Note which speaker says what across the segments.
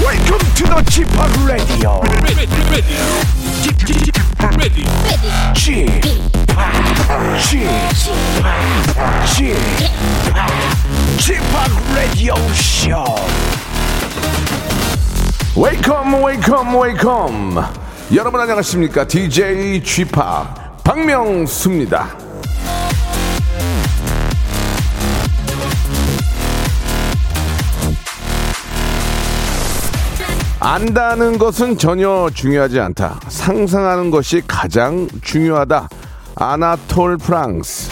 Speaker 1: Welcome to the g p o p Radio.
Speaker 2: ready, ready, ready, ready.
Speaker 1: g p o p G p o p Radio Show.
Speaker 3: 웨이컴 웨이컴 웨이컴 여러분 안녕하십니까 DJ g p o p 박명수입니다 안다는 것은 전혀 중요하지 않다 상상하는 것이 가장 중요하다 아나톨 프랑스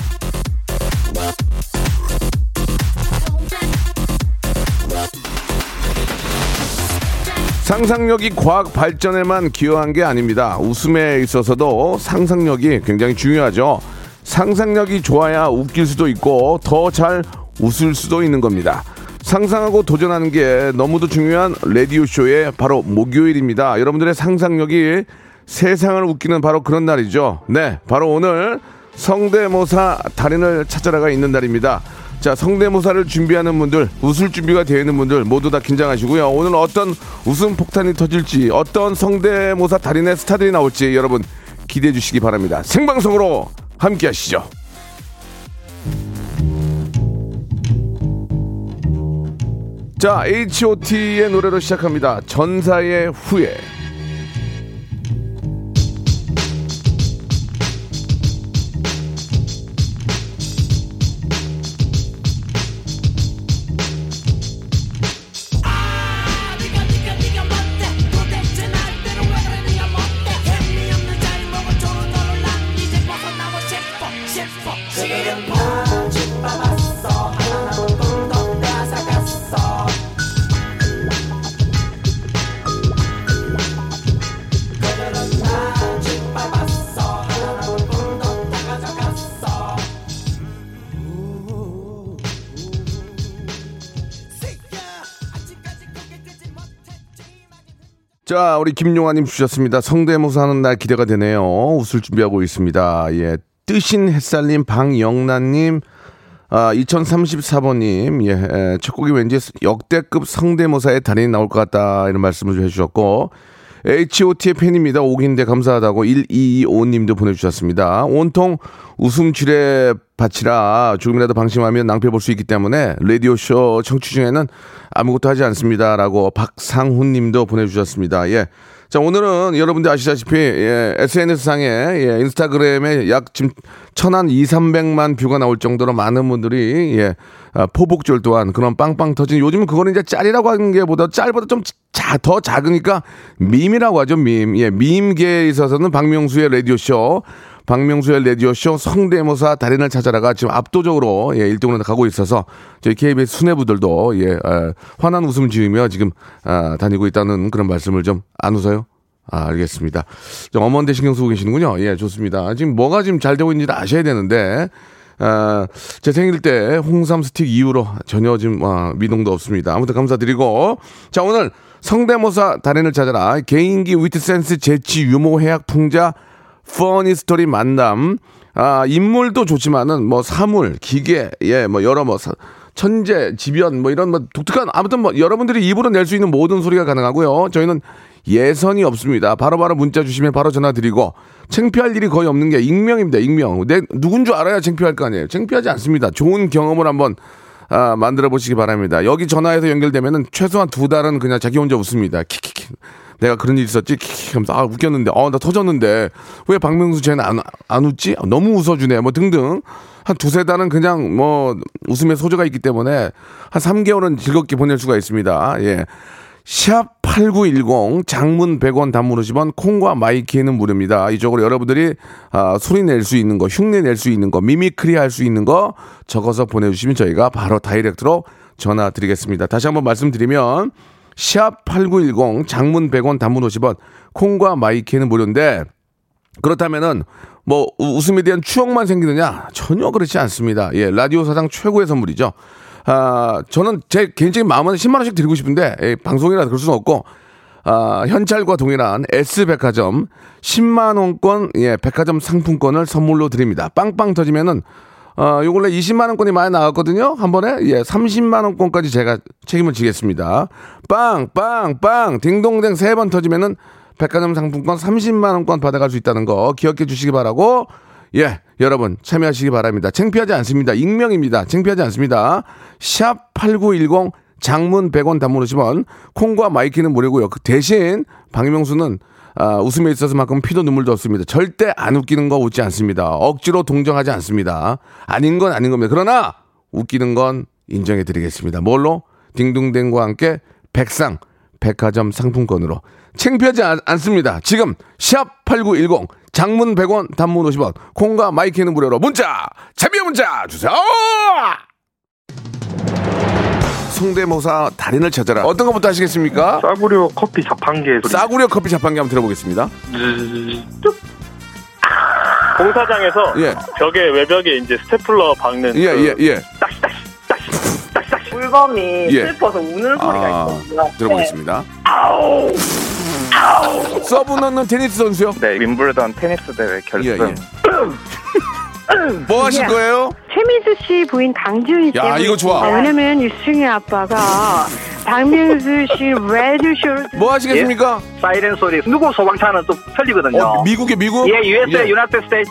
Speaker 3: 상상력이 과학 발전에만 기여한 게 아닙니다. 웃음에 있어서도 상상력이 굉장히 중요하죠. 상상력이 좋아야 웃길 수도 있고 더 잘 웃을 수도 있는 겁니다. 상상하고 도전하는 게 너무도 중요한 라디오쇼의 바로 목요일입니다. 여러분들의 상상력이 세상을 웃기는 바로 그런 날이죠. 네, 바로 오늘 성대모사 달인을 찾아라가 있는 날입니다. 자, 성대모사를 준비하는 분들, 웃을 준비가 되어 있는 분들 모두 다 긴장하시고요. 오늘 어떤 웃음 폭탄이 터질지, 어떤 성대모사 달인의 스타들이 나올지 여러분 기대해 주시기 바랍니다. 생방송으로 함께 하시죠. 자, H.O.T.의 노래로 시작합니다. 전사의 후예.
Speaker 4: 네가 네가 네가 뭔데 도대체 날대로 왜 그래 네가 뭔데 의미 없는 자리 먹어 조르도록 난 이제 벗어나고 싶어 싶어 지금 봐 짓밟았어 하나도 꿈도 빼앗아갔어 그들은 나 짓밟았어 하나도 꿈도 다 가져갔어 새끼야 아직까지 그게 끄지 못했지
Speaker 3: 자, 우리 김용아님 주셨습니다. 성대모사 하는 날 기대가 되네요. 웃을 준비하고 있습니다. 예. 뜨신 햇살님, 방영란님, 아, 2034번님, 예, 에, 첫 곡이 왠지 역대급 성대모사의 달인이 나올 것 같다, 이런 말씀을 좀 해주셨고, HOT의 팬입니다. 오긴데 감사하다고 1225님도 보내주셨습니다. 온통 웃음 지뢰 밭이라 조금이라도 방심하면 낭패 볼 수 있기 때문에 라디오쇼 청취 중에는 아무것도 하지 않습니다. 라고 박상훈 님도 보내주셨습니다. 예. 자, 오늘은 여러분들 아시다시피, 예, SNS상에, 예, 인스타그램에 약 지금 천한 2, 300만 뷰가 나올 정도로 많은 분들이, 예, 아, 포복절 또한 그런 빵빵 터진, 요즘은 그거는 이제 짤이라고 하는 게 보다 짤보다 좀 자, 더 작으니까 밈이라고 하죠, 밈. 예, 밈계에 있어서는 박명수의 라디오쇼, 박명수의 라디오쇼 성대모사 달인을 찾아라가 지금 압도적으로 예, 1등으로 가고 있어서 저희 KBS 수뇌부들도 예, 아, 환한 웃음 지으며 지금 아, 다니고 있다는 그런 말씀을 좀 안 웃어요? 아, 알겠습니다. 좀 엄한데 신경 쓰고 계시는군요. 예, 좋습니다. 지금 뭐가 지금 잘 되고 있는지 아셔야 되는데, 아, 제 생일 때 홍삼 스틱 이후로 전혀 지금 아, 미동도 없습니다. 아무튼 감사드리고, 자 오늘 성대모사 달인을 찾아라 개인기 위트 센스 재치 유머 해학 풍자 퍼니 스토리 만남. 아, 인물도 좋지만은 뭐 사물, 기계, 예, 뭐 여러 뭐 사- 천재, 지변 뭐 이런 뭐 독특한 아무튼 뭐 여러분들이 입으로 낼 수 있는 모든 소리가 가능하고요. 저희는 예선이 없습니다. 바로바로 문자 주시면 바로 전화 드리고 창피할 일이 거의 없는 게 익명입니다. 익명. 내 누군 줄 알아야 창피할 거 아니에요. 창피하지 않습니다. 좋은 경험을 한번 아, 만들어 보시기 바랍니다. 여기 전화해서 연결되면은 최소한 두 달은 그냥 자기 혼자 웃습니다. 킥킥킥. 내가 그런 일 있었지? 킥킥 하면서 아, 웃겼는데. 어, 나 터졌는데. 왜 박명수 쟤는 안, 안 웃지? 너무 웃어주네. 뭐 등등. 한 두세 달은 그냥 뭐 웃음의 소재가 있기 때문에 한 삼개월은 즐겁게 보낼 수가 있습니다. 예. 샵8910 장문 100원 단문 50원 콩과 마이키에는 무료입니다. 이쪽으로 여러분들이 아, 소리 낼 수 있는 거 흉내 낼 수 있는 거 미미크리 할 수 있는 거 적어서 보내주시면 저희가 바로 다이렉트로 전화 드리겠습니다. 다시 한번 말씀드리면 샵8910 장문 100원 단문 50원 콩과 마이키에는 무료인데 그렇다면은 뭐 우- 웃음에 대한 추억만 생기느냐 전혀 그렇지 않습니다. 예 라디오 사상 최고의 선물이죠. 아 저는 제 개인적인 마음은 10만 원씩 드리고 싶은데 예, 방송이라 그럴 수는 없고 아 현찰과 동일한 S 백화점 10만 원권 예 백화점 상품권을 선물로 드립니다. 빵빵 터지면은 어, 요 근래 20만원권이 많이 나왔거든요. 한 번에. 예, 30만원권까지 제가 책임을 지겠습니다. 빵, 빵, 빵. 딩동댕 세 번 터지면은 백화점 상품권 30만원권 받아갈 수 있다는 거 기억해 주시기 바라고. 예, 여러분 참여하시기 바랍니다. 창피하지 않습니다. 익명입니다. 창피하지 않습니다. 샵 8910 장문 100원 단문 50원 콩과 마이키는 무료고요. 그 대신 박명수는 아, 웃음에 있어서만큼 피도 눈물도 없습니다. 절대 안 웃기는 거 웃지 않습니다. 억지로 동정하지 않습니다. 아닌 건 아닌 겁니다. 그러나 웃기는 건 인정해 드리겠습니다. 뭘로? 딩동댕과 함께 백상 백화점 상품권으로 챙피하지 않, 습니다 지금 샵 8910 장문 100원 단문 50원 콩과 마이키는 무료로 문자 참여 문자 주세요. 성대모사 달인을 찾아라. 어떤 것부터 하시겠습니까?
Speaker 5: 싸구려 커피 자판기에서
Speaker 3: 싸구려 커피 자판기 한번 들어보겠습니다.
Speaker 6: 공사장에서
Speaker 3: 예.
Speaker 6: 벽에 외벽에 이제 스테플러 박는
Speaker 3: 예,
Speaker 6: 그
Speaker 3: 예, 예.
Speaker 7: 물범이
Speaker 3: 예.
Speaker 7: 슬퍼서 우는 소리가
Speaker 3: 아,
Speaker 7: 있거든요.
Speaker 3: 들어보겠습니다. 서브 넣는 테니스 선수요?
Speaker 5: 네, 윈블던 테니스 대회 결승.
Speaker 3: 예, 뭐 하실 거예요?
Speaker 8: 최민수 씨 부인 강지훈 씨.
Speaker 3: 야, 이거 좋아.
Speaker 8: 아, 왜냐면 유승희 아빠가 박명수 씨 레드쇼를
Speaker 7: 어,
Speaker 3: 뭐 하시겠습니까?
Speaker 9: 사이렌 소리 누구 소방차는 또 틀리거든요.
Speaker 3: 어, 미국에 미국?
Speaker 9: 예, USA,
Speaker 3: 예.
Speaker 9: United States.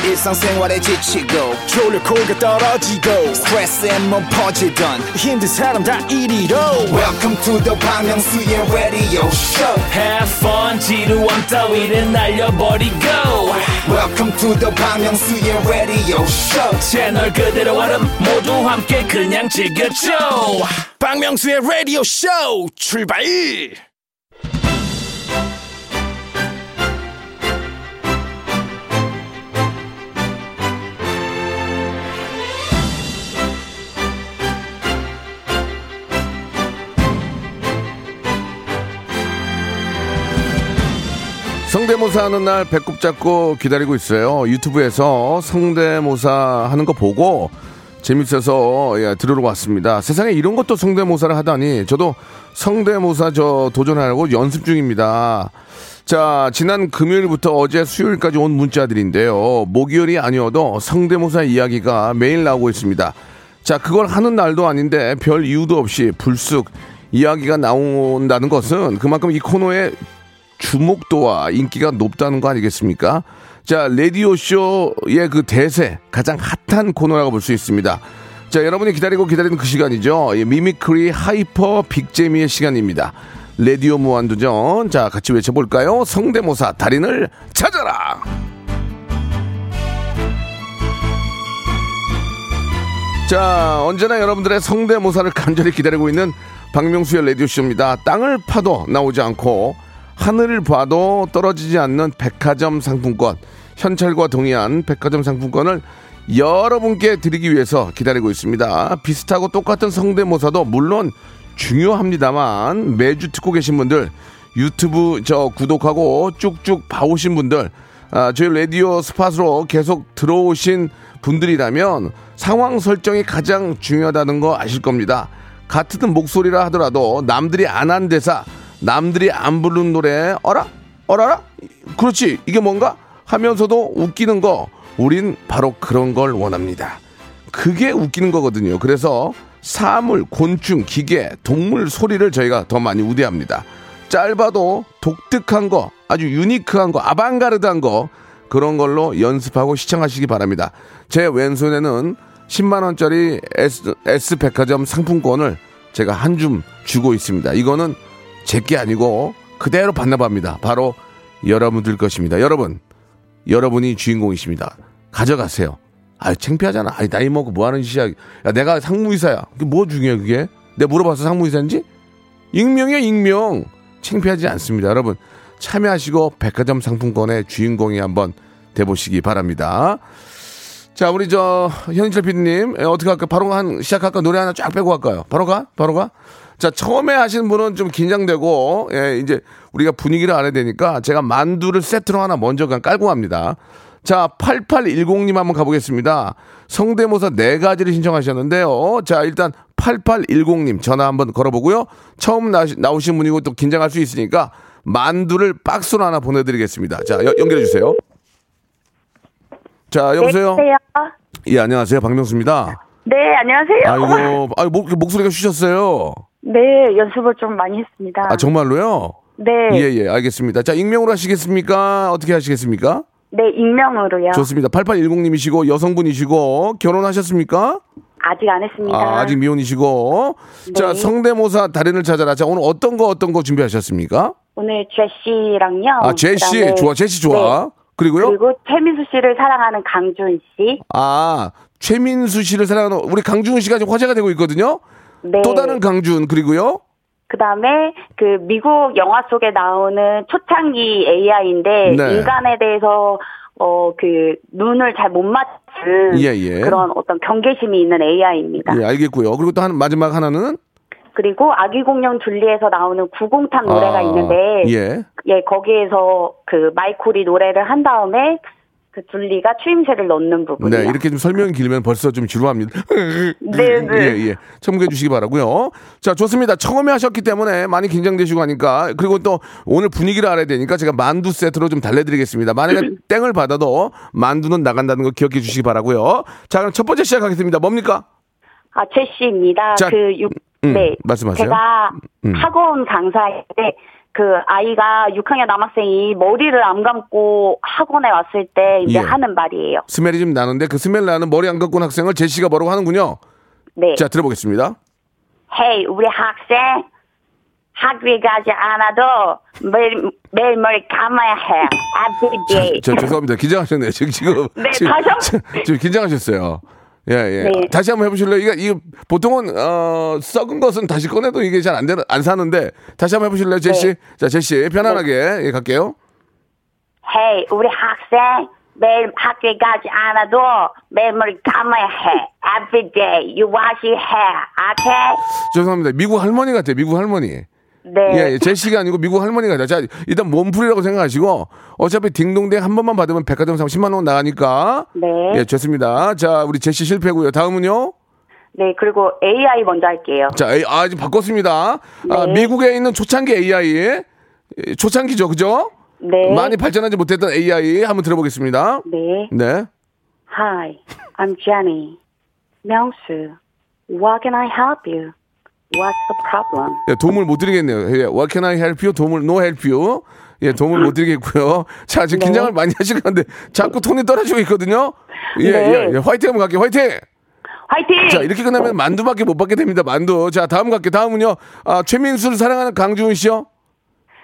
Speaker 10: 일상생활에 지치고, 졸려 코가 떨어지고, 스트레스에 몸 퍼지던, 힘든 사람 다 이리로. welcome to the Bang Myung-soo's radio show
Speaker 11: Have fun 지루함 따위를 날려버리고
Speaker 10: welcome to the Bang Myung-soo's radio show
Speaker 11: 채널 그대로 얼음 모두 함께 그냥 즐겨줘
Speaker 1: 박명수의 라디오 쇼 출발
Speaker 3: 성대모사 하는 날 배꼽 잡고 기다리고 있어요. 유튜브에서 성대모사 하는 거 보고 재밌어서 예, 들으러 왔습니다. 세상에 이런 것도 성대모사를 하다니 저도 성대모사 저 도전하려고 연습 중입니다. 자, 지난 금요일부터 어제 수요일까지 온 문자들인데요. 목요일이 아니어도 성대모사 이야기가 매일 나오고 있습니다. 자, 그걸 하는 날도 아닌데 별 이유도 없이 불쑥 이야기가 나온다는 것은 그만큼 이 코너에 주목도와 인기가 높다는 거 아니겠습니까? 자, 라디오쇼의 그 대세, 가장 핫한 코너라고 볼 수 있습니다. 자, 여러분이 기다리고 기다리는 그 시간이죠. 예, 미미크리 하이퍼 빅재미의 시간입니다. 라디오 무한도전. 자, 같이 외쳐볼까요? 성대모사 달인을 찾아라! 자, 언제나 여러분들의 성대모사를 간절히 기다리고 있는 박명수의 라디오쇼입니다. 땅을 파도 나오지 않고 하늘을 봐도 떨어지지 않는 백화점 상품권. 현찰과 동의한 백화점 상품권을 여러분께 드리기 위해서 기다리고 있습니다. 비슷하고 똑같은 성대모사도 물론 중요합니다만 매주 듣고 계신 분들 유튜브 저 구독하고 쭉쭉 봐오신 분들 아, 저희 라디오 스팟으로 계속 들어오신 분들이라면 상황 설정이 가장 중요하다는 거 아실 겁니다. 같은 목소리라 하더라도 남들이 안 한 대사, 남들이 안 부른 노래, 어라? 어라라? 그렇지, 이게 뭔가? 하면서도 웃기는 거, 우린 바로 그런 걸 원합니다. 그게 웃기는 거거든요. 그래서 사물, 곤충, 기계, 동물 소리를 저희가 더 많이 우대합니다. 짧아도 독특한 거, 아주 유니크한 거, 아방가르드한 거 그런 걸로 연습하고 시청하시기 바랍니다. 제 왼손에는 10만 원짜리 S, S 백화점 상품권을 제가 한 줌 주고 있습니다. 이거는 제 게 아니고 그대로 반납합니다. 바로 여러분들 것입니다. 여러분, 여러분이 주인공이십니다. 가져가세요. 아, 창피하잖아. 아니, 나이 먹고 뭐 하는 짓이야. 야, 내가 상무이사야. 그게 뭐 중요해, 그게? 내가 물어봐서 상무이사인지? 익명이야, 익명. 창피하지 않습니다. 여러분, 참여하시고 백화점 상품권의 주인공이 한번 돼보시기 바랍니다. 자, 우리 저, 현인철 PD님, 에, 어떻게 할까? 바로 한, 시작할까? 노래 하나 쫙 빼고 할까요? 바로 가? 바로 가? 자, 처음에 하시는 분은 좀 긴장되고, 예, 이제, 우리가 분위기를 알아야 되니까 제가 만두를 세트로 하나 먼저 그냥 깔고 갑니다. 자, 8810님 한번 가보겠습니다. 성대모사 네 가지를 신청하셨는데요. 자, 일단 8810님 전화 한번 걸어보고요. 처음 나, 나오신 분이고 또 긴장할 수 있으니까 만두를 박스로 하나 보내드리겠습니다. 자, 여- 연결해주세요. 자, 여보세요? 예, 안녕하세요. 박명수입니다.
Speaker 8: 네, 안녕하세요.
Speaker 3: 아이고, 아이 목, 목소리가 쉬셨어요.
Speaker 8: 네, 연습을 좀 많이 했습니다.
Speaker 3: 아, 정말로요?
Speaker 8: 네,
Speaker 3: 예, 예, 알겠습니다. 자, 익명으로 하시겠습니까? 어떻게 하시겠습니까?
Speaker 8: 네, 익명으로요.
Speaker 3: 좋습니다. 8810님이시고, 여성분이시고, 결혼하셨습니까?
Speaker 8: 아직 안 했습니다.
Speaker 3: 아, 아직 미혼이시고.
Speaker 8: 네.
Speaker 3: 자, 성대모사 달인을 찾아라. 자, 오늘 어떤 거, 어떤 거 준비하셨습니까?
Speaker 8: 오늘 제시랑요.
Speaker 3: 아, 제시.
Speaker 8: 어, 그다음에-
Speaker 3: 좋아, 제시 좋아.
Speaker 8: 네.
Speaker 3: 그리고요?
Speaker 8: 그리고 최민수 씨를 사랑하는 강준 씨.
Speaker 3: 아, 최민수 씨를 사랑하는 우리 강준 씨가 지금 화제가 되고 있거든요.
Speaker 8: 네.
Speaker 3: 또 다른 그- 강준, 그리고요?
Speaker 8: 그다음에 그 미국 영화 속에 나오는 초창기 AI인데
Speaker 3: 네.
Speaker 8: 인간에 대해서 어 그 눈을 잘 못 맞는
Speaker 3: 예, 예.
Speaker 8: 그런 어떤 경계심이 있는 AI입니다.
Speaker 3: 예, 알겠고요. 그리고 또 한, 마지막 하나는?
Speaker 8: 그리고 아기 공룡 줄리에서 나오는 구공탑 그 노래가
Speaker 3: 아,
Speaker 8: 있는데
Speaker 3: 예.
Speaker 8: 예, 거기에서 그 마이콜이 노래를 한 다음에 그 둘리가 추임새를 넣는 부분이요.
Speaker 3: 네, 이렇게 좀 설명이 길면 벌써 좀 지루합니다.
Speaker 8: 네, 네.
Speaker 3: 예, 예. 참고해 주시기 바라고요. 자, 좋습니다. 처음에 하셨기 때문에 많이 긴장되시고 하니까 그리고 또 오늘 분위기를 알아야 되니까 제가 만두 세트로 좀 달래드리겠습니다. 만약에
Speaker 8: 음.
Speaker 3: 땡을 받아도 만두는 나간다는 거 기억해 주시기 바라고요. 자, 그럼 첫 번째 시작하겠습니다. 뭡니까?
Speaker 8: 아, 최 씨입니다.
Speaker 3: 자,
Speaker 8: 그 육,
Speaker 3: 음,
Speaker 8: 네.
Speaker 3: 말씀하세요.
Speaker 8: 제가
Speaker 3: 음.
Speaker 8: 학원 강사인데 그 아이가 6학년 남학생이 머리를 안 감고 학원에 왔을 때 이제
Speaker 3: 예.
Speaker 8: 하는 말이에요.
Speaker 3: 스멜이 좀 나는데 그 스멜 나는 머리 안 감고 온 학생을 제시가 뭐라고 하는군요.
Speaker 8: 네.
Speaker 3: 자, 들어보겠습니다.
Speaker 8: 헤이, 우리 학생 학교에 가지 않아도 매일 매일 머리 감아야 해. Every day.
Speaker 3: 저 죄송합니다. 긴장하셨네요. 지금 지금
Speaker 8: 네,
Speaker 3: 지금,
Speaker 8: 다시 한-
Speaker 3: 지- 지금 긴장하셨어요. 예, 예.
Speaker 8: 네.
Speaker 3: 다시 한번 해보실래요? 이거, 이거 보통은 어, 썩은 것은 다시 꺼내도 이게 잘 안 되는 안 사는데 다시 한번 해보실래요, 제시?
Speaker 8: 네.
Speaker 3: 자, 제시 편안하게 예, 갈게요.
Speaker 8: 헤이, 우리 학생 매일 학교에 가지 않아도 매일 머리 감아야 해. Every day. You wash your hair. Okay?
Speaker 3: 죄송합니다. 미국 할머니 같아요. 미국 할머니.
Speaker 8: 네.
Speaker 3: 예, 예, 제시가 아니고 미국 할머니 같아요. 자, 일단 몸풀이라고 생각하시고 어차피 딩동댕 한 번만 받으면 백화점 상 10만 원 나가니까.
Speaker 8: 네.
Speaker 3: 예, 좋습니다. 자, 우리 제시 실패고요. 다음은요.
Speaker 8: 네, 그리고 AI 먼저 할게요.
Speaker 3: 자, 에이, 아, 이제 바꿨습니다. 아,
Speaker 8: 네.
Speaker 3: 미국에 있는 초창기 AI. 예, 초창기죠, 그죠?
Speaker 8: 네.
Speaker 3: 많이 발전하지 못했던 AI 한번 들어보겠습니다.
Speaker 8: 네.
Speaker 3: 네.
Speaker 8: Hi, I'm Jenny. 명수. What can I help you? What's the problem?
Speaker 3: 예, 도움을 못 드리겠네요. 예, What can I help you? 도움을 no help you. 예, 도움을 못 드리겠고요. 자,
Speaker 8: 네.
Speaker 3: 지금 긴장을 많이 하시긴 한데 자꾸 톤이 떨어지고 있거든요. 예,
Speaker 8: 네.
Speaker 3: 예, 예. 화이팅 한번 갈게요. 화이팅!
Speaker 8: 화이팅!
Speaker 3: 자, 이렇게 끝나면 만두밖에 못 받게 됩니다. 만두. 자, 다음 갈게요. 다음은요. 아, 최민수를 사랑하는 강주훈 씨요.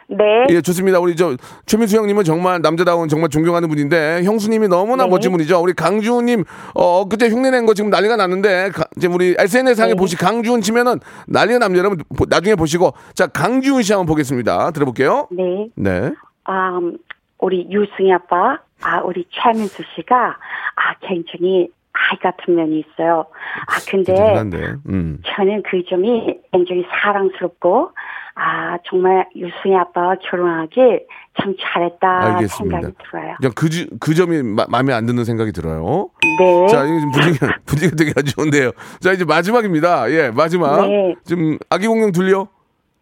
Speaker 8: 네.
Speaker 3: 예, 좋습니다. 우리 저 최민수 형님은 정말 남자다운 정말 존경하는 분인데 형수님이
Speaker 8: 네.
Speaker 3: 너무나 멋진 분이죠. 우리 강주훈님 어 그때 흉내낸 거 지금 난리가 났는데 가- 이제 우리 SNS
Speaker 8: 네.
Speaker 3: 상에 보시 강주훈 치면은 난리가 납니다. 여러분 보- 나중에 보시고 자 강주훈 씨 한번 보겠습니다. 들어볼게요.
Speaker 8: 네.
Speaker 3: 네.
Speaker 8: 아, 음, 우리 유승희 아빠, 아, 우리 최민수 씨가, 아, 굉장히 아이 같은 면이 있어요. 아, 근데,
Speaker 3: 죄송한데. 음.
Speaker 8: 저는 그 점이 굉장히 사랑스럽고, 아, 정말 유승희 아빠와 결혼하길 참 잘했다
Speaker 3: 알겠습니다.
Speaker 8: 생각이 들어요.
Speaker 3: 그냥 그, 지- 그 점이 마, 마음에 안 드는 생각이 들어요.
Speaker 8: 네.
Speaker 3: 자, 이게 지금 분위기가, 분위기가 되게 안 좋은데요. 자, 이제 마지막입니다. 예, 마지막.
Speaker 8: 네.
Speaker 3: 지금 아기 공룡 들려?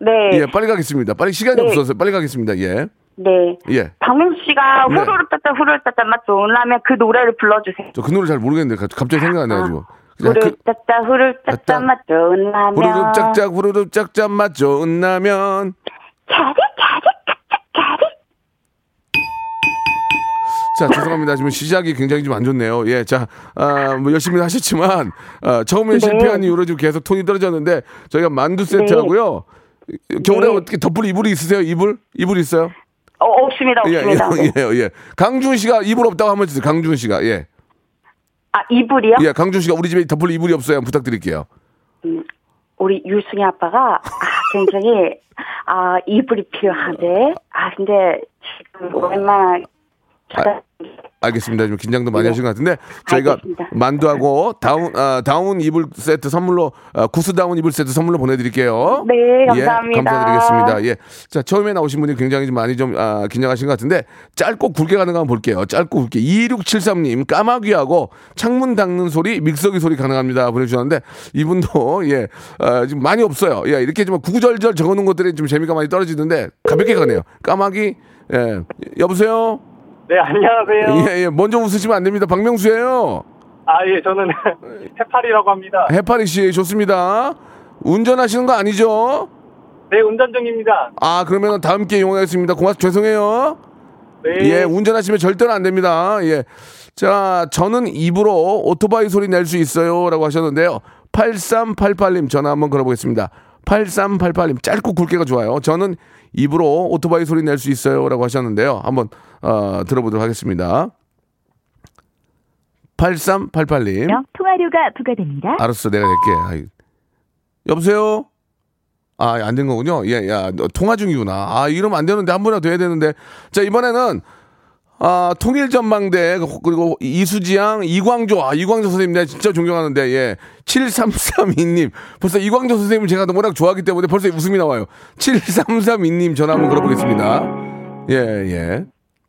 Speaker 8: 네.
Speaker 3: 예, 빨리 가겠습니다. 빨리 시간이
Speaker 8: 네.
Speaker 3: 없어서 빨리 가겠습니다. 예.
Speaker 8: 네.
Speaker 3: 예.
Speaker 8: 박명수 씨가
Speaker 3: 네.
Speaker 8: 후루룩 따따 후루룩 따따 맛 좋으려면 그 노래를 불러주세요.
Speaker 3: 저 그 노래 잘 모르겠는데 갑- 갑자기 생각 안 나가지고. 그냥 그,
Speaker 8: 후루룩 따따 후루룩 따따
Speaker 3: 따따.
Speaker 8: 맛 좋으려면
Speaker 3: 후루룩 짝짝 후루룩 짝짝 맛 좋나면
Speaker 8: 가리 가리 까짝 가리
Speaker 3: 자 죄송합니다 지금 시작이 굉장히 좀 안 좋네요 예자 아, 뭐 열심히 하셨지만 아, 처음에
Speaker 8: 네.
Speaker 3: 실패한 이후로 지금 계속 톤이 떨어졌는데 저희가 만두 세트하고요 겨울에
Speaker 8: 네.
Speaker 3: 어떻게 덮을 이불이 있으세요 이불 이불 있어요
Speaker 8: 어, 없습니다 없습니다.
Speaker 3: 예예예 예, 예. 강준 씨가 이불 없다고 한번 주세요 강준 씨가 예예 예,
Speaker 8: 아 이불이요?
Speaker 3: 강준 씨가 우리 집에 덮을 이불이 없어요 한번 부탁드릴게요
Speaker 8: 우리 유승희 아빠가 아, 굉장히 아 이불이 필요한데 아 근데 지금 얼마나
Speaker 3: 알겠습니다. 좀 긴장도 많이 하신 것 같은데 저희가
Speaker 8: 네. 알겠습니다.
Speaker 3: 만두하고 다운 아, 다운 이불 세트 선물로 아, 구스 다운 이불 세트 선물로 보내드릴게요.
Speaker 8: 네, 감사합니다.
Speaker 3: 예, 감사드리겠습니다. 예, 자 처음에 나오신 분이 굉장히 좀 많이 좀 아, 긴장하신 것 같은데 짧고 굵게 가능한 한번 볼게요. 짧고 굵게 2673님 까마귀하고 창문 닦는 소리 믹서기 소리 가능합니다 보내주셨는데 이분도 예 아, 지금 많이 없어요. 예 이렇게 좀 구구절절 적어놓은 것들이 좀 재미가 많이 떨어지는데 가볍게 가네요. 까마귀 예 여보세요.
Speaker 6: 네, 안녕하세요.
Speaker 3: 예, 예. 먼저 웃으시면 안 됩니다. 박명수예요.
Speaker 6: 아, 예, 저는 해파리라고 합니다.
Speaker 3: 해파리 씨 좋습니다. 운전하시는 거 아니죠?
Speaker 6: 네, 운전 중입니다.
Speaker 3: 아, 그러면 다음 기회 이용하겠습니다. 고맙 죄송해요.
Speaker 6: 네.
Speaker 3: 예, 운전하시면 절대로 안 됩니다. 예. 자, 저는 입으로 오토바이 소리 낼 수 있어요라고 하셨는데요. 8388님 전화 한번 걸어보겠습니다. 8388님 짧고 굵게가 좋아요. 저는 입으로 오토바이 소리 낼 수 있어요라고 하셨는데요. 한번 어, 들어보도록 하겠습니다. 8388님.
Speaker 7: 통화료가 부과됩니다.
Speaker 3: 알았어, 내가 낼게. 아이. 여보세요? 아, 안 된 거군요. 예, 야, 너 통화 중이구나. 아, 이러면 안 되는데, 한 번이라도 해야 되는데. 자, 이번에는, 아, 통일전망대, 그리고 이수지양, 이광조. 아, 이광조 선생님, 내가 진짜 존경하는데, 예. 7332님. 벌써 이광조 선생님을 제가 워낙 좋아하기 때문에 벌써 웃음이 나와요. 7332님 전화 한번 걸어보겠습니다. 예, 예.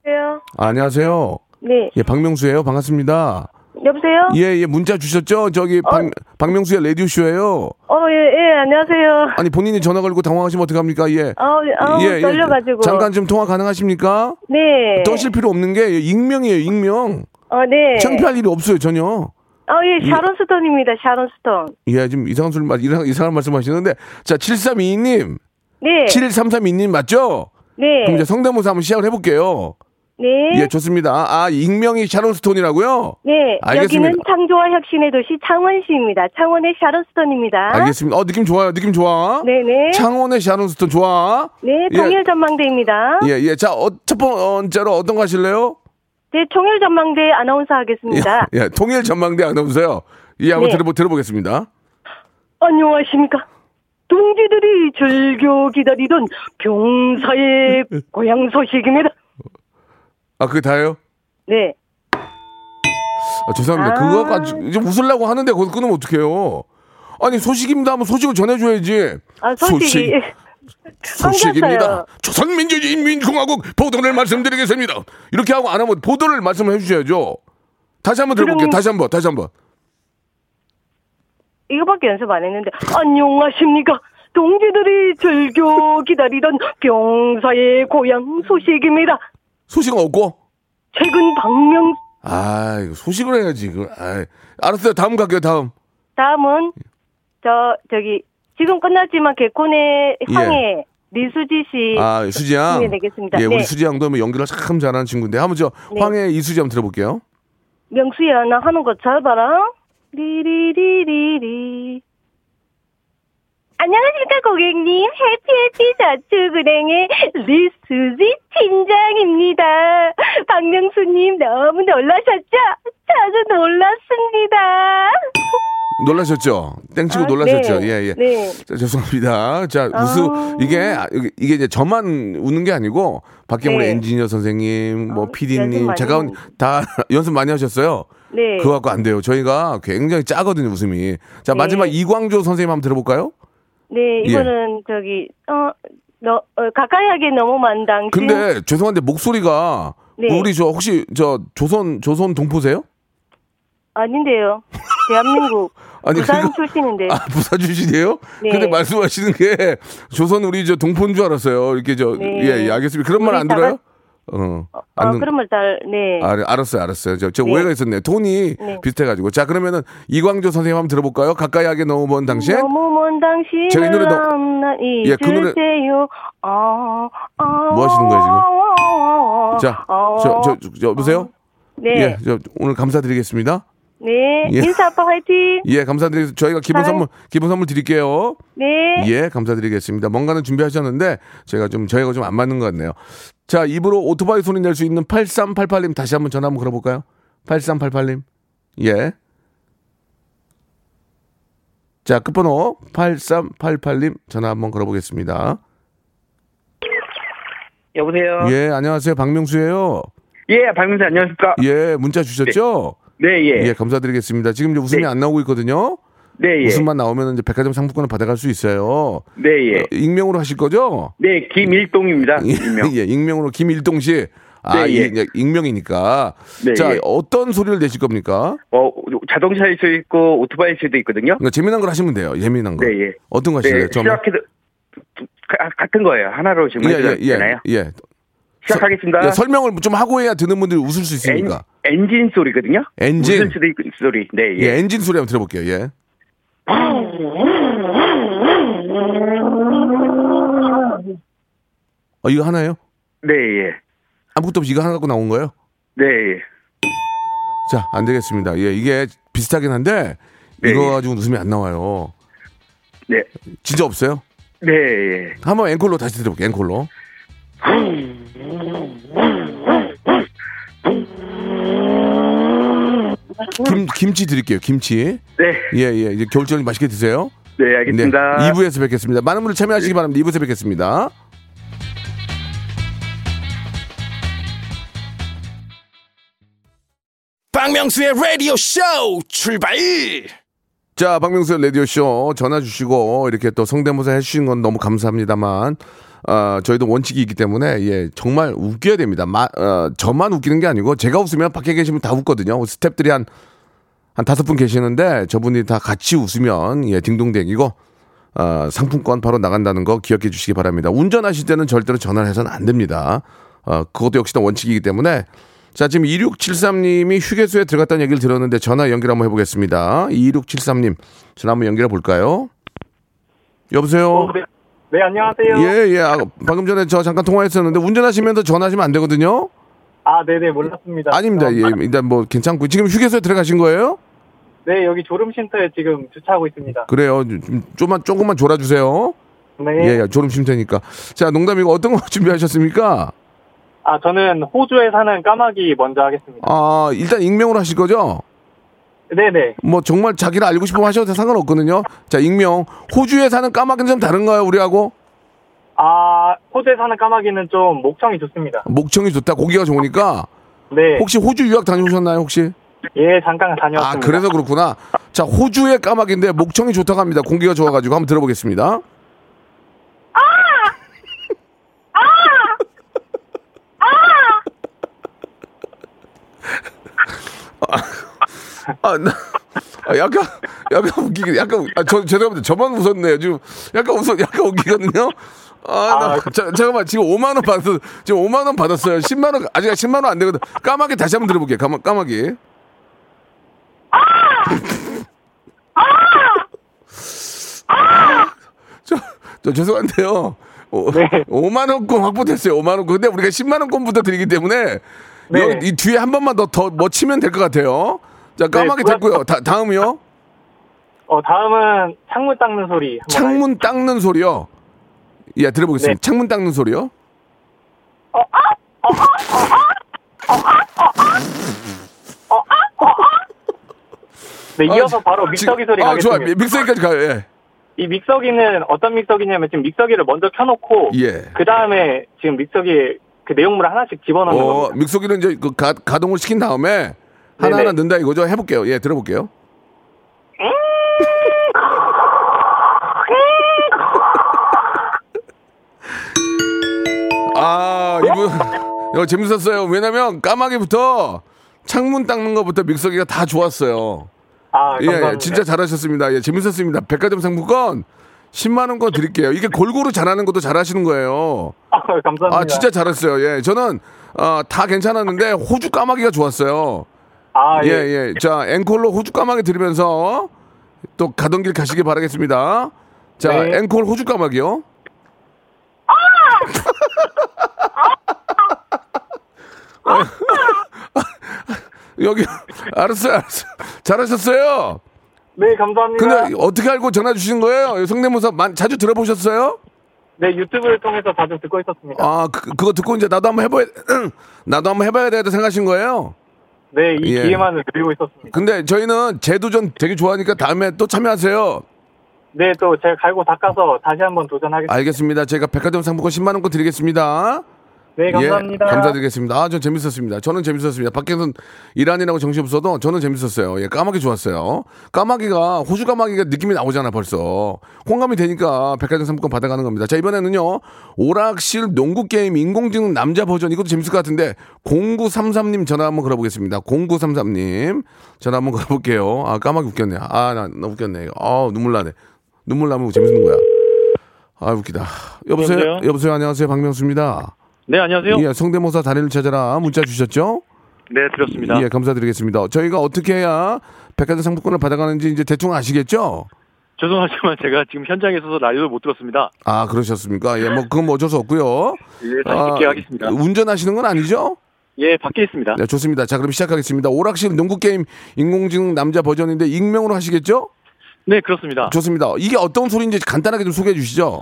Speaker 12: 여보세요?
Speaker 3: 안녕하세요.
Speaker 12: 네.
Speaker 3: 예, 박명수예요 반갑습니다.
Speaker 12: 여보세요?
Speaker 3: 예, 예, 문자 주셨죠? 저기 박, 박명수의 라디오쇼예요.
Speaker 12: 어, 예, 예, 안녕하세요.
Speaker 3: 아니, 본인이 전화 걸고 당황하시면 어떡합니까? 예.
Speaker 12: 아우, 아우, 떨려가지고.
Speaker 3: 잠깐 좀 통화 가능하십니까?
Speaker 12: 네.
Speaker 3: 떠실 필요 없는 게 예, 익명이에요, 익명.
Speaker 12: 어, 네.
Speaker 3: 창피할 일이 없어요, 전혀.
Speaker 12: 어, 예, 샤론 스톤입니다, 샤론 스톤.
Speaker 3: 예, 지금 이상한 소리, 말- 이상, 이상한 말씀 하시는데. 자, 7322님.
Speaker 12: 네.
Speaker 3: 7332님 맞죠?
Speaker 12: 네.
Speaker 3: 그럼 이제 성대모사 한번 시작을 해볼게요.
Speaker 12: 네.
Speaker 3: 예, 좋습니다. 아, 익명이 샤론스톤이라고요?
Speaker 12: 네.
Speaker 3: 알겠습니다.
Speaker 12: 여기는 창조와 혁신의 도시 창원시입니다. 창원의 샤론 스톤입니다.
Speaker 3: 알겠습니다. 어, 느낌 좋아요, 느낌 좋아.
Speaker 12: 아. 네네.
Speaker 3: 창원의 샤론스톤 좋아.
Speaker 12: 네,
Speaker 3: 예.
Speaker 12: 동일 전망대입니다.
Speaker 3: 예, 예. 자, 어, 첫 번째로 어떤 거 하실래요?
Speaker 12: 네, 통일 전망대 아나운서 하겠습니다.
Speaker 3: 예, 통일 전망대 아나운서요. 예, 한번
Speaker 12: 네.
Speaker 3: 들어보, 들어보겠습니다.
Speaker 12: 안녕하십니까. 동지들이 즐겨 기다리던 병사의 고향 소식입니다.
Speaker 3: 아, 그게 다예요?
Speaker 12: 네.
Speaker 3: 아, 죄송합니다.
Speaker 12: 아.
Speaker 3: 그거 아까 이제 웃으려고 하는데 거기서 끊으면 어떡해요? 아니, 소식입니다 하면 소식을 전해줘야지.
Speaker 12: 아, 솔직히.
Speaker 3: 소식, 입니다
Speaker 12: 반갑어요.
Speaker 3: 조선민주주의인민공화국 보도를 말씀드리겠습니다. 이렇게 하고 안 하면 보도를 말씀을 해주셔야죠. 다시 한번 들어볼게요.
Speaker 12: 그럼-
Speaker 3: 다시 한번, 다시 한번.
Speaker 12: 이거밖에 연습 안 했는데 안녕하십니까 동지들이 즐겨 기다리던 병사의 고향 소식입니다
Speaker 3: 소식은 없고.
Speaker 12: 최근 박명
Speaker 3: 아, 이거 소식을 해야지. 그, 아, 알았어요. 다음 갈게요. 다음.
Speaker 12: 다음은 저 저기 지금 끝났지만 개콘의
Speaker 3: 예.
Speaker 12: 향해 미수지 씨
Speaker 3: 아, 수지 양.
Speaker 12: 소개해드리겠습니다.
Speaker 3: 예,
Speaker 12: 예, 네.
Speaker 3: 우리 수지 양도 뭐 연기를 참 잘하는 친구인데 한번 저
Speaker 12: 네.
Speaker 3: 황해 이수지 한번 들어볼게요.
Speaker 12: 명수야 나 하는 거 잘 봐라 리리리리리 안녕하십니까 고객님 해피해피 저축은행의 리수지 팀장입니다 박명수님 너무 놀라셨죠? 저도 놀랐습니다
Speaker 3: 놀라셨죠? 땡치고
Speaker 12: 아,
Speaker 3: 놀라셨죠?
Speaker 12: 네.
Speaker 3: 예, 예.
Speaker 12: 네.
Speaker 3: 자, 죄송합니다. 자,
Speaker 12: 아.
Speaker 3: 웃음 이게 아, 이게- 이게 이제 저만 우는 게 아니고 밖에 우리
Speaker 12: 네. 아,
Speaker 3: 엔지니어 선생님, 뭐
Speaker 12: 연습
Speaker 3: PD님,
Speaker 12: 많이
Speaker 3: 제가 다 연습 많이 하셨어요.
Speaker 12: 네.
Speaker 3: 그거 갖고 안 돼요. 저희가 굉장히 짜거든요, 웃음이. 자,
Speaker 12: 네.
Speaker 3: 마지막 이광조 선생님 한번 들어볼까요? 예.
Speaker 12: 네 이거는 저기 어, 너, 어, 가까이 하게 너무 만당
Speaker 3: 근데 죄송한데 목소리가
Speaker 12: 네.
Speaker 3: 우리 저 혹시 저 조선 조선 동포세요?
Speaker 12: 아닌데요 대한민국
Speaker 3: 아니,
Speaker 12: 부산
Speaker 3: 그거-
Speaker 12: 출신인데
Speaker 3: 아, 부산 출신이에요?
Speaker 12: 네.
Speaker 3: 근데 말씀하시는 게 조선 우리 저 동포인 줄 알았어요. 이렇게 저,
Speaker 12: 네.
Speaker 3: 예, 예, 알겠습니다. 그런 말 안
Speaker 12: 우리
Speaker 3: 들어요? 어. 안
Speaker 12: 아,
Speaker 3: 듣-
Speaker 12: 그런 말잘네
Speaker 3: 알- 알았어요, 알았어요. 저, 저
Speaker 12: 네.
Speaker 3: 오해가 있었네요. 톤이
Speaker 12: 네.
Speaker 3: 비슷해가지고. 자, 그러면은 이광조 선생님 한번 들어볼까요? 가까이 하게 넘어본 당신?
Speaker 12: 너무 먼 당신을
Speaker 3: 제가 이 노래 너-
Speaker 12: 만나
Speaker 3: 예, 그 노래-
Speaker 12: 잊을게요. 아, 아,
Speaker 3: 뭐 하시는 거예요, 지금? 자, 저, 저, 저, 여보세요?
Speaker 12: 어. 네,
Speaker 3: 예, 저, 오늘 감사드리겠습니다.
Speaker 12: 네,
Speaker 3: 예.
Speaker 12: 인사 아빠 화이팅.
Speaker 3: 예, 감사드리겠습니다. 저희가 기본
Speaker 12: 사랑-
Speaker 3: 선물, 기본 선물 드릴게요.
Speaker 12: 네,
Speaker 3: 예, 감사드리겠습니다. 뭔가는 준비하셨는데 제가 좀 저희가 좀 안 맞는 것 같네요. 자, 입으로 오토바이 소리 낼 수 있는 8388님 다시 한번 전화 한번 걸어볼까요? 8388님. 예. 자, 끝번호 8388님 전화 한번 걸어보겠습니다.
Speaker 13: 여보세요.
Speaker 9: 어.
Speaker 3: 예, 안녕하세요. 박명수예요.
Speaker 9: 예, 박명수 안녕하십니까?
Speaker 3: 예, 문자 주셨죠?
Speaker 9: 네, 예.
Speaker 3: 예, 감사드리겠습니다. 지금 이제 웃음이 안 나오고 있거든요.
Speaker 9: 네, 예.
Speaker 3: 웃음만 나오면 이제 백화점 상품권을 받아갈 수 있어요.
Speaker 9: 네, 예.
Speaker 3: 어, 익명으로 하실 거죠?
Speaker 9: 네, 김일동입니다. 익명.
Speaker 3: 예, 익명으로 김일동 씨. 아,
Speaker 9: 네,
Speaker 3: 예.
Speaker 9: 예.
Speaker 3: 그냥 익명이니까.
Speaker 9: 네,
Speaker 3: 자,
Speaker 9: 예.
Speaker 3: 어떤 소리를 내실 겁니까?
Speaker 9: 어, 자동차일 수 있고 오토바이일 수도 있거든요.
Speaker 3: 그러니까 재미난 걸 하시면 돼요. 예민한 거.
Speaker 9: 네, 예.
Speaker 3: 어떤 거 하실래요?
Speaker 9: 네, 시작해도 가- 같은 거예요. 하나로 질문해
Speaker 3: 예, 예,
Speaker 9: 주잖아요.
Speaker 3: 예, 예.
Speaker 9: 시작하겠습니다.
Speaker 3: 예, 설명을 좀 하고 해야 듣는 분들이 웃을 수 있으니까.
Speaker 9: 엔, 진 소리거든요.
Speaker 3: 엔진.
Speaker 9: 웃을 수도 있고 소리. 네, 예.
Speaker 3: 예, 엔진 소리 한번 들어볼게요. 예. 어, 이거 하나요?
Speaker 9: 네, 예.
Speaker 3: 아무것도 없이 이거 하나 갖고 나온 거예요?
Speaker 9: 네, 예.
Speaker 3: 자, 안 되겠습니다. 예, 이게 비슷하긴 한데 이거 가지고 웃음이 안 나와요.
Speaker 9: 네.
Speaker 3: 진짜 없어요?
Speaker 9: 네, 예.
Speaker 3: 한번 앵콜로 다시 들어볼게요. 앵콜로. 김 김치 드릴게요. 김치.
Speaker 9: 네.
Speaker 3: 예, 예. 이제 겨울철 맛있게 드세요.
Speaker 9: 네, 알겠습니다. 네.
Speaker 3: 2부에서 뵙겠습니다. 많은 분들 참여하시기 바랍니다. 2부에서 뵙겠습니다.
Speaker 1: 박명수의 라디오 쇼 출발!
Speaker 3: 자, 박명수의 라디오쇼 전화 주시고 이렇게 또 성대모사 해주신 건 너무 감사합니다만, 아, 저희도 원칙이 있기 때문에, 예, 정말 웃겨야 됩니다. 마, 어, 저만 웃기는 게 아니고, 제가 웃으면 밖에 계시면 다 웃거든요. 스탭들이 한, 한 다섯 분 계시는데, 저분이 다 같이 웃으면, 예, 딩동댕이고, 아, 상품권 바로 나간다는 거 기억해 주시기 바랍니다. 운전하실 때는 절대로 전화를 해서는 안 됩니다. 어, 그것도 역시나 원칙이기 때문에, 자, 지금 2673님이 휴게소에 들어갔다는 얘기를 들었는데 전화 연결 한번 해보겠습니다. 2673님, 전화 한번 연결해 볼까요? 여보세요?
Speaker 6: 네, 안녕하세요.
Speaker 3: 예, 예. 아, 방금 전에 저 잠깐 통화했었는데 운전하시면서 전화하시면 안 되거든요?
Speaker 6: 아, 네네, 몰랐습니다.
Speaker 3: 아닙니다. 예, 일단 뭐 괜찮고. 지금 휴게소에 들어가신 거예요?
Speaker 6: 네, 여기 졸음쉼터에 지금 주차하고 있습니다.
Speaker 3: 그래요. 좀, 좀만, 조금만 졸아주세요.
Speaker 6: 네.
Speaker 3: 예, 예. 졸음 쉼터니까. 자, 농담이고 어떤 거 준비하셨습니까?
Speaker 6: 아, 저는 호주에 사는 까마귀 먼저 하겠습니다.
Speaker 3: 아, 일단 익명으로 하실 거죠?
Speaker 6: 네네.
Speaker 3: 뭐 정말 자기를 알고 싶으면 하셔도 상관없거든요. 자, 익명. 호주에 사는 까마귀는 좀 다른가요, 우리하고?
Speaker 6: 아, 호주에 사는 까마귀는 좀 목청이 좋습니다.
Speaker 3: 목청이 좋다, 고기가 좋으니까.
Speaker 6: 네.
Speaker 3: 혹시 호주 유학 다녀오셨나요, 혹시?
Speaker 6: 예, 잠깐
Speaker 3: 아,
Speaker 6: 다녀왔습니다.
Speaker 3: 그래서 그렇구나. 자, 호주의 까마귀인데 목청이 좋다고 합니다. 공기가 좋아가지고 한번 들어보겠습니다. 아, 나, 아, 약간, 약간 웃기긴, 약간, 웃- 아, 저, 죄송합니다. 저만 웃었네요. 지금, 약간 웃어, 약간 웃기거든요? 아, 나, 자, 잠깐만, 지금 5만원 받았, 지금 5만원 받았어요. 10만원, 아직 10만원 안 되거든. 까마귀 다시 한번 들어볼게요. 까마, 까마귀. 저, 저 죄송한데요. 오,
Speaker 6: 네.
Speaker 3: 5만 원권 확보됐어요. 5만 원권. 근데 우리가 10만 원권부터 드리기 때문에
Speaker 6: 네.
Speaker 3: 여기 이 뒤에 한 번만 더 더 멋치면 될 것 같아요. 자 까마귀
Speaker 6: 네,
Speaker 3: 됐고요. 다, 다음이요.
Speaker 6: 어, 다음은 창문 닦는 소리. 한번
Speaker 3: 창문 닦는 소리요. 예,
Speaker 6: 네.
Speaker 3: 들어보겠습니다. 창문 닦는 소리요.
Speaker 6: 할- 네, 이어서 바로 믹서기 소리
Speaker 3: 아, 좋아.
Speaker 6: 가겠습니다.
Speaker 3: 믹서기까지 가요. 예.
Speaker 6: 이 믹서기는 어떤 믹서기냐면 지금 믹서기를 먼저 켜놓고
Speaker 3: 예.
Speaker 6: 그 다음에 지금 믹서기에 그 내용물을 하나씩 집어넣는
Speaker 3: 어,
Speaker 6: 겁니다.
Speaker 3: 믹서기는 이제 그 가, 가동을 시킨 다음에 하나하나 넣는다 이거죠. 해볼게요. 예, 들어볼게요.
Speaker 6: 음.
Speaker 3: 아, 이분 이거 재밌었어요. 왜냐면 까마귀부터 창문 닦는 것부터 믹서기가 다 좋았어요.
Speaker 6: 아,
Speaker 3: 예,
Speaker 6: 감사합니다.
Speaker 3: 진짜 잘하셨습니다. 예, 재밌었습니다. 백화점 상품권 10만 원권 드릴게요. 이게 골고루 잘하는 것도 잘하시는 거예요.
Speaker 6: 아, 감사합니다.
Speaker 3: 아, 진짜 잘했어요. 예, 저는 어, 다 괜찮았는데 호주 까마귀가 좋았어요.
Speaker 6: 아,
Speaker 3: 예,
Speaker 6: 예.
Speaker 3: 예. 자, 앵콜로 호주 까마귀 들으면서 또 가던 길 가시길 바라겠습니다. 자,
Speaker 6: 네.
Speaker 3: 앵콜 호주 까마귀요. 여기 알았어요, 알았어요. 잘하셨어요.
Speaker 6: 네, 감사합니다.
Speaker 3: 근데 어떻게 알고 전화 주신 거예요? 성대모사 만- 자주 들어보셨어요?
Speaker 6: 네, 유튜브를 통해서 자주 듣고 있었습니다.
Speaker 3: 아, 그, 그거 듣고 이제 나도 한번 해봐야, 나도 한번 해봐야 되겠다 생각하신 거예요?
Speaker 6: 네, 이
Speaker 3: 예.
Speaker 6: 기회만을 드리고 있었습니다.
Speaker 3: 근데 저희는 재도전 되게 좋아하니까 다음에 또 참여하세요.
Speaker 6: 네, 또 제가 갈고 닦아서 다시 한번 도전하겠습니다.
Speaker 3: 알겠습니다. 제가 백화점 상품권 10만 원권 드리겠습니다.
Speaker 6: 네, 감사합니다.
Speaker 3: 예, 감사드리겠습니다. 아, 전 재밌었습니다. 저는 재밌었습니다. 밖에는 이란이라고 정신없어도 저는 재밌었어요. 예, 까마귀 좋았어요. 까마귀가, 호주 까마귀가 느낌이 나오잖아, 벌써. 홍감이 되니까 백화점 상품권 받아가는 겁니다. 자, 이번에는요, 오락실 농구게임 인공지능 남자 버전, 이것도 재밌을 것 같은데, 0933님 전화 한번 걸어보겠습니다. 0933님 전화 한번 걸어볼게요. 아, 까마귀 웃겼네. 아, 나, 나 웃겼네. 아, 눈물 나네. 눈물 나면 재밌는 거야. 아, 웃기다. 여보세요?
Speaker 13: 여보세요?
Speaker 3: 여보세요? 안녕하세요. 박명수입니다.
Speaker 13: 네, 안녕하세요.
Speaker 3: 예, 성대모사 단위를 찾아라 문자 주셨죠?
Speaker 13: 네, 드렸습니다.
Speaker 3: 예, 감사드리겠습니다. 저희가 어떻게 해야 백화점 상품권을 받아가는지 이제 대충 아시겠죠?
Speaker 13: 죄송하지만 제가 지금 현장에 있어서 라디오를 못 들었습니다.
Speaker 3: 아, 그러셨습니까? 예, 뭐 그건 뭐 어쩔 수 없고요.
Speaker 13: 예,
Speaker 3: 아,
Speaker 13: 다시 듣게 하겠습니다.
Speaker 3: 운전하시는 건 아니죠?
Speaker 13: 예, 밖에 있습니다.
Speaker 3: 네, 좋습니다. 자, 그럼 시작하겠습니다. 오락실 농구 게임 인공지능 남자 버전인데 익명으로 하시겠죠?
Speaker 13: 네, 그렇습니다.
Speaker 3: 좋습니다. 이게 어떤 소리인지 간단하게 좀 소개해 주시죠.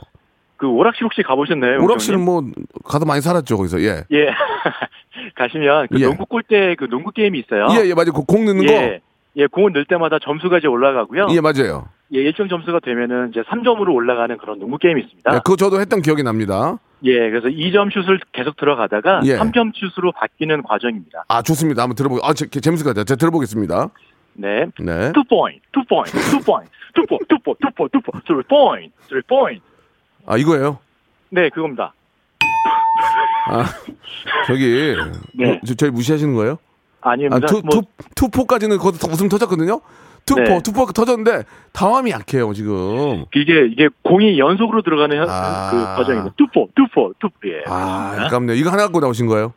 Speaker 13: 그 오락실 혹시 가보셨나요?
Speaker 3: 오락실은
Speaker 13: 네, 형님?
Speaker 3: 뭐 가도 많이 살았죠, 거기서. 예.
Speaker 13: 예. 가시면 그
Speaker 3: 예.
Speaker 13: 농구 골대 그 농구 게임이 있어요.
Speaker 3: 예, 예, 맞아요. 그공 넣는 거.
Speaker 13: 예. 예, 공을 넣을 때마다 점수가 이제 올라가고요.
Speaker 3: 예, 맞아요.
Speaker 13: 예, 일정 점수가 되면은 이제 3점으로 올라가는 그런 농구 게임이 있습니다.
Speaker 3: 예, 그거 저도 했던 기억이 납니다.
Speaker 13: 예, 그래서 2점 슛을 계속 들어가다가
Speaker 3: 예.
Speaker 13: 3점 슛으로 바뀌는 과정입니다.
Speaker 3: 아, 좋습니다. 한번 들어보. 아, 제, 재밌을 것 같아요. 제가 들어보겠습니다.
Speaker 13: 네.
Speaker 3: 네.
Speaker 13: 투 포인트, 투 포인트, 투 포인트, 투 포인트, 투 포인트, 투 포인트, 투 포인트, 쓰리 포인트, 쓰리 포인트.
Speaker 3: 아, 이거예요?
Speaker 13: 네, 그겁니다.
Speaker 3: 아, 저기
Speaker 13: 네.
Speaker 3: 저, 저희 무시하시는 거예요?
Speaker 13: 아닙니다.
Speaker 3: 아, 투,
Speaker 13: 뭐-
Speaker 3: 투, 투포까지는 거기서 터- 웃음 터졌거든요. 투포,
Speaker 13: 네.
Speaker 3: 투포 터졌는데 다음이 약해요 지금.
Speaker 13: 이게 이게 공이 연속으로 들어가는 현, 그 과정입니다. 투포, 투포, 투포. 예.
Speaker 3: 아, 아깝네요. 이거 하나 갖고 나오신 거예요?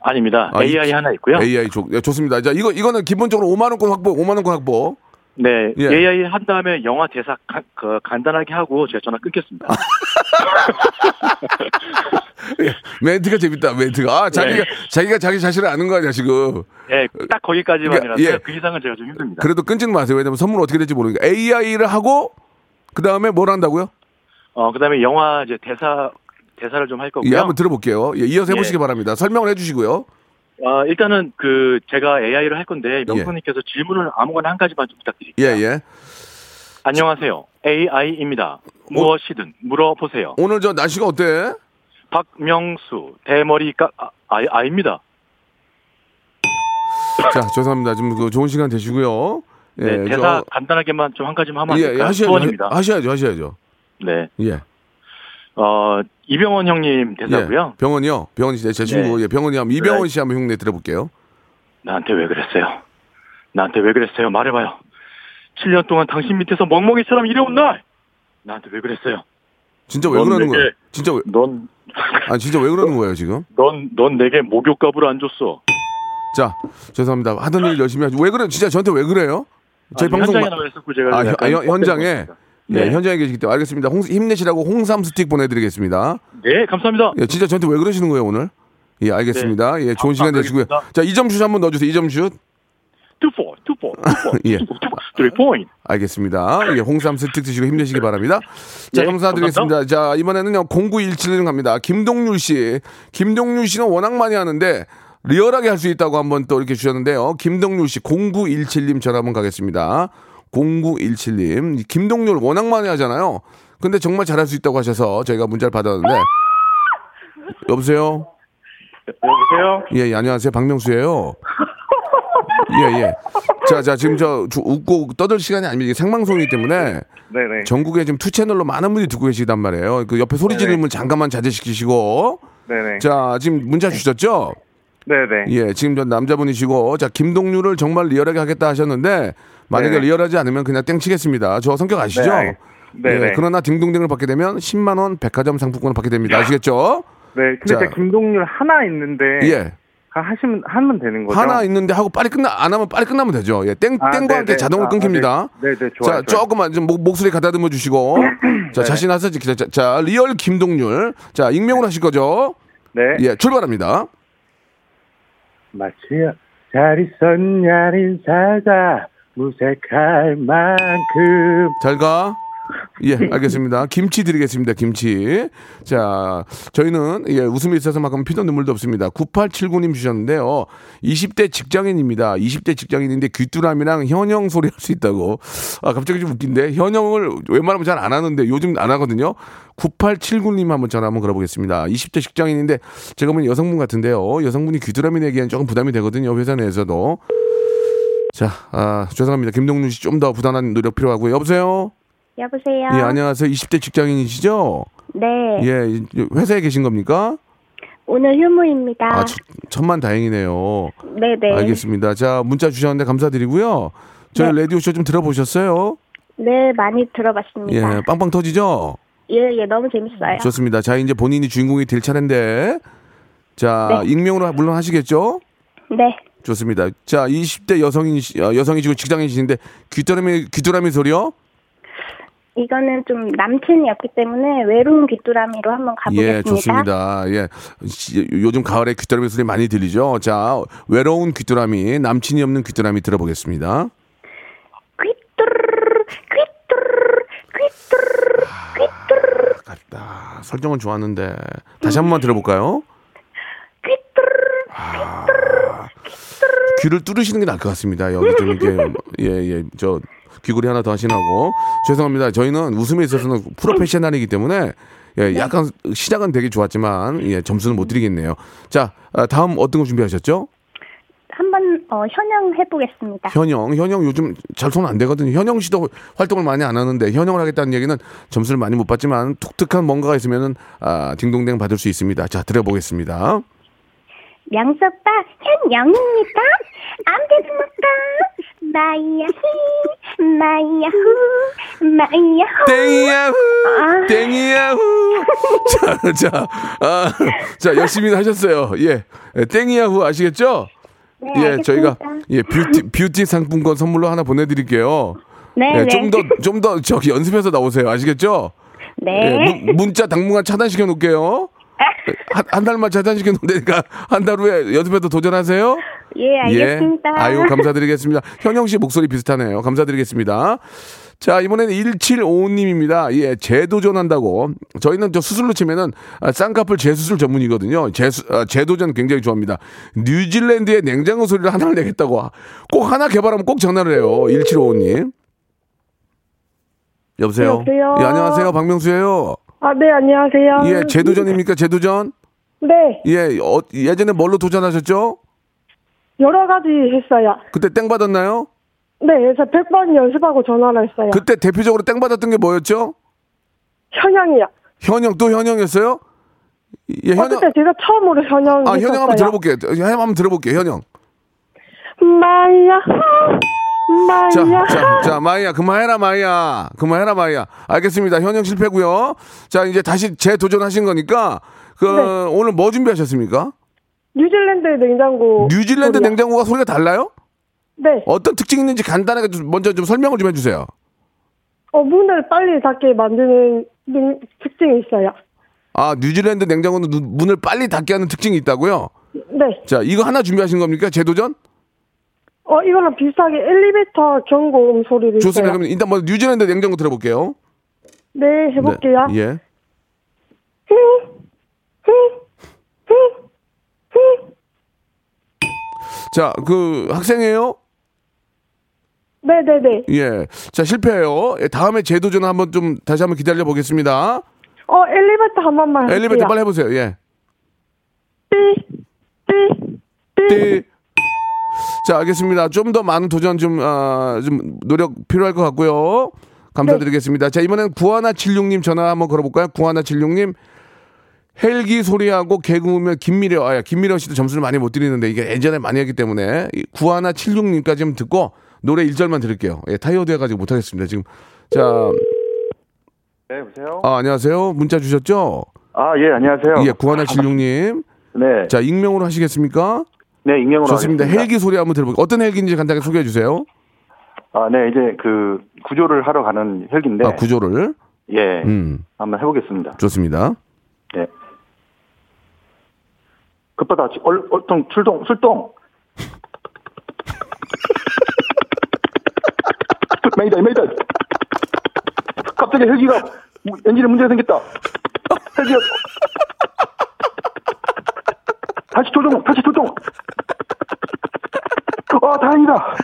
Speaker 13: 아닙니다. AI
Speaker 3: 이-
Speaker 13: 하나 있고요.
Speaker 3: AI 좋, 예, 좋습니다. 자, 이거 이거는 기본적으로 5만 원권 확보, 5만 원권 확보.
Speaker 13: 네,
Speaker 3: 예.
Speaker 13: AI 한 다음에 영화 대사 가- 그 간단하게 하고 제가 전화 끊겠습니다.
Speaker 3: 아. 멘트가 재밌다. 멘트가 아 자기가
Speaker 13: 네.
Speaker 3: 자기가 자기 자신을 아는 거 아니야 지금.
Speaker 13: 예, 딱 거기까지만이라서
Speaker 3: 예.
Speaker 13: 그 이상은 제가 좀 힘듭니다.
Speaker 3: 그래도 끊지는 마세요. 왜냐면 선물 어떻게 될지 모르니까 AI를 하고 그 다음에 뭘 한다고요?
Speaker 13: 어, 그다음에 영화 이제 대사 대사를 좀 할 거고요.
Speaker 3: 예, 한번 들어볼게요. 예, 이어서 해보시기
Speaker 13: 예.
Speaker 3: 바랍니다. 설명을 해주시고요.
Speaker 13: 아, 일단은 그 제가 AI를 할 건데 명수님께서 질문을 아무거나 한 가지만 좀 부탁드릴게요.
Speaker 3: 예, 예.
Speaker 13: 안녕하세요. AI입니다.
Speaker 3: 뭐?
Speaker 13: 무엇이든 물어보세요.
Speaker 3: 오늘 저 날씨가 어때?
Speaker 13: 박명수 대머리 까 아, 아, 아입니다.
Speaker 3: 자, 죄송합니다. 좀 그 좋은 시간 되시고요. 예,
Speaker 13: 네, 대사 간단하게만 좀 한 가지만 하면
Speaker 3: 저, 예,
Speaker 13: 안
Speaker 3: 예,
Speaker 13: 될까요?
Speaker 3: 하셔야죠.
Speaker 13: 소원입니다.
Speaker 3: 하셔야죠, 하셔야죠.
Speaker 13: 네.
Speaker 3: 예.
Speaker 13: 어, 이병헌 형님 대사고요.
Speaker 3: 예, 병원이요. 병원이 제, 제 친구.
Speaker 13: 네.
Speaker 3: 예, 병원이 하면 이병원 씨 한번 흉내 들어볼게요.
Speaker 13: 나한테 왜 그랬어요? 나한테 왜 그랬어요? 말해봐요. 7년 동안 당신 밑에서 멍멍이처럼 일해온 날! 나한테 왜 그랬어요?
Speaker 3: 진짜 왜
Speaker 13: 넌
Speaker 3: 그러는
Speaker 13: 내게-
Speaker 3: 거예요? 진짜 왜?
Speaker 13: 넌,
Speaker 3: 아, 진짜 왜
Speaker 13: 어?
Speaker 3: 그러는 거예요 지금?
Speaker 13: 넌, 넌 내게 목욕값을 안 줬어.
Speaker 3: 자, 죄송합니다. 하던 일 열심히 하죠. 왜 그래? 진짜 저한테 왜 그래요? 저희
Speaker 13: 아니,
Speaker 3: 방송
Speaker 13: 현장에
Speaker 3: 마-
Speaker 13: 나와 있었고 제가
Speaker 3: 아,
Speaker 13: 약간
Speaker 3: 현- 현- 현장에 예,
Speaker 13: 네.
Speaker 3: 현장에 계시기 때문에 알겠습니다. 홍, 힘내시라고 홍삼 스틱 보내드리겠습니다.
Speaker 13: 네, 감사합니다.
Speaker 3: 예, 진짜 저한테 왜 그러시는 거예요 오늘? 예, 알겠습니다. 예, 좋은
Speaker 13: 아,
Speaker 3: 시간
Speaker 13: 아,
Speaker 3: 되시고요.
Speaker 13: 알겠습니다.
Speaker 3: 자, 이점슛 한번 넣어주세요. 이점슛.
Speaker 13: 투포, 투포, 투포,
Speaker 3: 예.
Speaker 13: 쓰리 포인트.
Speaker 3: 알겠습니다. 예, 홍삼 스틱 드시고 힘내시기 바랍니다. 자,
Speaker 13: 네,
Speaker 3: 네. 감사드리겠습니다. 자, 이번에는요, 0917님 갑니다. 김동률 씨. 김동률 씨는 워낙 많이 하는데, 리얼하게 할 수 있다고 한번 또 이렇게 주셨는데요. 김동률 씨, 0917님 전화 한번 가겠습니다. 0917님. 이 김동률 워낙 많이 하잖아요. 근데 정말 잘할 수 있다고 하셔서 저희가 문자를 받았는데, 여보세요?
Speaker 9: 여보세요?
Speaker 3: 예, 예, 안녕하세요. 박명수예요. 예, 예. 자, 자, 지금 저 주- 웃고 떠들 시간이 아닙니다. 이게 생방송이기 때문에
Speaker 9: 네네.
Speaker 3: 전국에 지금 투 채널로 많은 분이 듣고 계시단 말이에요. 그 옆에 소리 지르면 잠깐만 자제시키시고.
Speaker 9: 네네.
Speaker 3: 자, 지금 문자 주셨죠?
Speaker 9: 네네.
Speaker 3: 예, 지금 전 남자분이시고 자, 김동률을 정말 리얼하게 하겠다 하셨는데 만약에
Speaker 9: 네.
Speaker 3: 리얼하지 않으면 그냥 땡치겠습니다. 저 성격 아시죠?
Speaker 9: 네, 알- 네네.
Speaker 3: 예, 그러나 딩동댕을 받게 되면 10만 원 백화점 상품권을 받게 됩니다. 아시겠죠?
Speaker 9: 네, 근데
Speaker 3: 자.
Speaker 9: 제 김동률 하나 있는데
Speaker 3: 예.
Speaker 9: 아, 하시면 하면 되는 거죠?
Speaker 3: 하나 있는데 하고 빨리 끝나 안 하면 빨리 끝나면 되죠. 예, 땡
Speaker 9: 아,
Speaker 3: 땡과 함께
Speaker 9: 네네.
Speaker 3: 자동으로
Speaker 9: 아,
Speaker 3: 끊깁니다.
Speaker 9: 네. 네네, 좋아요, 네.
Speaker 3: 자, 조금만 좀 목, 목소리 가다듬어 주시고 자 자신 하서 자, 자, 자 리얼 김동률 자 익명으로 하실 거죠?
Speaker 9: 네.
Speaker 3: 예, 출발합니다.
Speaker 9: 마치 잘 있었냐 인사가 무색할 만큼
Speaker 3: 잘 가. 예, 알겠습니다. 김치 드리겠습니다. 김치. 자, 저희는 예, 웃음이 있어서만큼 피도 눈물도 없습니다. 9879님 주셨는데요. 20대 직장인입니다. 20대 직장인인데 귀뚜라미랑 현영 소리 할 수 있다고. 아, 갑자기 좀 웃긴데. 현영을 웬만하면 잘 안 하는데 요즘 안 하거든요. 9879님 한번 전화 한번 걸어보겠습니다. 20대 직장인인데 제가 보니 여성분 같은데요. 여성분이 귀뚜라미 내기엔 조금 부담이 되거든요. 회사 내에서도. 자, 아, 죄송합니다. 김동준 씨 좀 더 부단한 노력 필요하고요. 여보세요?
Speaker 8: 여보세요.
Speaker 3: 예, 안녕하세요. 20대 직장인이시죠?
Speaker 8: 네.
Speaker 3: 예, 이- 회사에 계신 겁니까?
Speaker 8: 오늘 휴무입니다.
Speaker 3: 아, 천- 천만 다행이네요.
Speaker 8: 네네.
Speaker 3: 알겠습니다. 자, 문자 주셨는데 감사드리고요. 저희 라디오쇼 좀 들어보셨어요?
Speaker 8: 네, 많이 들어봤습니다.
Speaker 3: 예, 빵빵 터지죠?
Speaker 8: 예, 예, 너무 재밌어요.
Speaker 3: 좋습니다. 자, 이제 본인이 주인공이 될 차례인데. 자,
Speaker 8: 네.
Speaker 3: 익명으로 물론 하시겠죠?
Speaker 8: 네.
Speaker 3: 좋습니다. 자, 20대 여성인, 여성이시고 직장인이신데, 귀뚜라미, 귀뚜라미 소리요?
Speaker 8: 이거는 좀 남친이 없기 때문에 외로운 귀뚜라미로 한번 가보겠습니다.
Speaker 3: 예, 좋습니다. 예. 시- 요즘 가을에 귀뚜라미 소리 많이 들리죠? 자, 외로운 귀뚜라미, 남친이 없는 귀뚜라미 들어보겠습니다. 아, 설정은 좋았는데. 다시 한 번만 들어볼까요? 아, 귀를 뚫으시는 게 나을 것 같습니다. 여기 좀 이렇게, 예, 예, 저, 귀걸이 하나 더 하시나고. 죄송합니다. 저희는 웃음에 있어서는 프로페셔널이기 때문에, 예, 약간 시작은 되게 좋았지만, 예, 점수는 못 드리겠네요. 자, 아, 다음 어떤 거 준비하셨죠?
Speaker 8: 한번 어, 현영 해보겠습니다.
Speaker 3: 현영, 현영 요즘 잘 손 안 되거든요. 현영 씨도 활동을 많이 안 하는데 현영을 하겠다는 얘기는 점수를 많이 못 받지만 독특한 뭔가가 있으면은 아, 딩동댕 받을 수 있습니다. 자, 들어보겠습니다.
Speaker 8: 양석빠 현영입니다. 안 됩니까? 마이야히, 마이야후, 마이야후.
Speaker 3: 땡이야후,
Speaker 8: 아.
Speaker 3: 땡이야후. 자, 자, 아, 자, 열심히 하셨어요. 예, 예, 땡이야후 아시겠죠?
Speaker 8: 네,
Speaker 3: 예, 저희가
Speaker 8: 알겠습니다.
Speaker 3: 예 뷰티 뷰티 상품권 선물로 하나 보내드릴게요. 예,
Speaker 8: 네, 네.
Speaker 3: 좀더 좀 더 저기 연습해서 나오세요. 아시겠죠? 예,
Speaker 8: 네.
Speaker 3: 문, 문자 당분간 차단시켜 놓을게요. 한, 한 달만 차단시켜 놓으니까 한 달 후에 연습해도 도전하세요.
Speaker 8: 예, 알겠습니다.
Speaker 3: 예. 아유, 감사드리겠습니다. 현영 씨 목소리 비슷하네요. 감사드리겠습니다. 자, 이번에는 1755님입니다. 예, 재도전한다고. 저희는 저 수술로 치면은 아, 쌍꺼풀 재수술 전문이거든요. 재수, 아, 재도전 굉장히 좋아합니다. 뉴질랜드의 냉장고 소리를 하나를 내겠다고. 꼭 하나 개발하면 꼭 전화를 해요. 1755님. 여보세요?
Speaker 12: 여보세요?
Speaker 3: 예, 안녕하세요. 박명수예요.
Speaker 12: 아, 네, 안녕하세요.
Speaker 3: 예, 재도전입니까? 재도전?
Speaker 12: 네,
Speaker 3: 예, 어, 예전에 뭘로 도전하셨죠?
Speaker 12: 여러 가지 했어요.
Speaker 3: 그때 땡 받았나요?
Speaker 12: 네, 그래서 100번 연습하고 전화를 했어요.
Speaker 3: 그때 대표적으로 땡 받았던 게 뭐였죠?
Speaker 12: 현영이요.
Speaker 3: 현영 또 현영이었어요? 예,
Speaker 12: 어, 그때 제가 처음으로 현영
Speaker 3: 아,
Speaker 12: 했었어요.
Speaker 3: 현영 한번 들어볼게요. 예, 한번 들어볼게요. 현영.
Speaker 12: 마야, 마야.
Speaker 3: 자, 자, 자, 마이야, 그만해라, 마이야. 그만해라, 마이야. 알겠습니다. 현영 실패고요. 자, 이제 다시 재도전하신 거니까 그
Speaker 12: 네.
Speaker 3: 오늘 뭐 준비하셨습니까?
Speaker 12: 뉴질랜드 냉장고.
Speaker 3: 뉴질랜드
Speaker 12: 소리요.
Speaker 3: 냉장고가 소리가 달라요?
Speaker 12: 네.
Speaker 3: 어떤 특징이 있는지 간단하게 좀 먼저 좀 설명을 좀 해주세요.
Speaker 12: 어, 문을 빨리 닫게 만드는 능- 특징이 있어요.
Speaker 3: 아, 뉴질랜드 냉장고는 눈- 문을 빨리 닫게 하는 특징이 있다고요?
Speaker 12: 네.
Speaker 3: 자, 이거 하나 준비하신 겁니까? 재도전?
Speaker 12: 어, 이거랑 비슷하게 엘리베이터 경고음 소리를.
Speaker 3: 좋습니다.
Speaker 12: 있어요.
Speaker 3: 그럼 일단 먼저 뉴질랜드 냉장고 들어볼게요.
Speaker 12: 네, 해볼게요.
Speaker 3: 네, 예. 자, 그 학생이에요?
Speaker 12: 네, 네, 네.
Speaker 3: 예. 자, 실패해요. 예, 다음에 재도전 한번 좀 다시 한번 기다려 보겠습니다.
Speaker 12: 어, 엘리베이터 한 번만 해볼게요.
Speaker 3: 엘리베이터 빨리 해보세요. 예. 띠. 자, 알겠습니다. 좀 더 많은 도전 좀, 아, 좀 노력 필요할 것 같고요. 감사드리겠습니다. 자, 이번엔 구하나 76님 전화 한번 걸어볼까요? 구하나 76님. 헬기 소리하고 개그우며 김미려, 아, 야, 김미려 씨도 점수를 많이 못 드리는데 이게 예전에 많이 했기 때문에 이 구하나 76님까지 좀 듣고 노래 1절만 들을게요. 예, 타이어드 해가지고 못하겠습니다. 지금. 자,
Speaker 13: 네, 보세요.
Speaker 3: 아, 안녕하세요. 문자 주셨죠?
Speaker 13: 아, 예, 안녕하세요.
Speaker 3: 예, 구하나 76님.
Speaker 13: 네.
Speaker 3: 자, 익명으로 하시겠습니까?
Speaker 13: 네, 익명으로
Speaker 3: 좋습니다.
Speaker 13: 하겠습니다.
Speaker 3: 헬기 소리 한번 들어볼게요. 어떤 헬기인지 간단하게 소개해 주세요.
Speaker 13: 아, 네, 이제 그 구조를 하러 가는 헬기인데.
Speaker 3: 아, 구조를.
Speaker 13: 예.
Speaker 3: 음,
Speaker 13: 한번 해보겠습니다.
Speaker 3: 좋습니다.
Speaker 13: 네. 급하다. 지- 얼, 얼동, 출동, 출동. 메이다, 메이다. 갑 갑자기 헬기가 엔진에 문제가 생겼다. 헬기가 다시 조종, 다시 조종. 아 다행이다.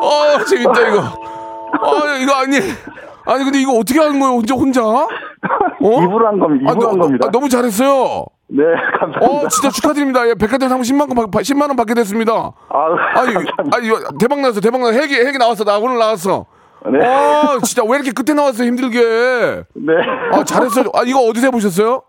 Speaker 3: 어 재밌다 이거. 아 이거 아니 아니 근데 이거 어떻게 하는 거예요? 혼자 혼자? 어?
Speaker 13: 입으로 한 겁니다. 입으로 한 겁니다.
Speaker 3: 아, 너무 잘했어요.
Speaker 13: 네, 감사합니다.
Speaker 3: 어 진짜 축하드립니다. 예, 백화점 상품 10만 원, 받- 10만 원 받게 됐습니다.
Speaker 13: 아,
Speaker 3: 아니, 아니 대박 났어, 대박 났어. 헬기 헬기 나왔어, 나 오늘 나왔어.
Speaker 13: 네.
Speaker 3: 아 진짜 왜 이렇게 끝에 나왔어 힘들게.
Speaker 13: 네.
Speaker 3: 아 잘했어요. 아 이거 어디서 보셨어요?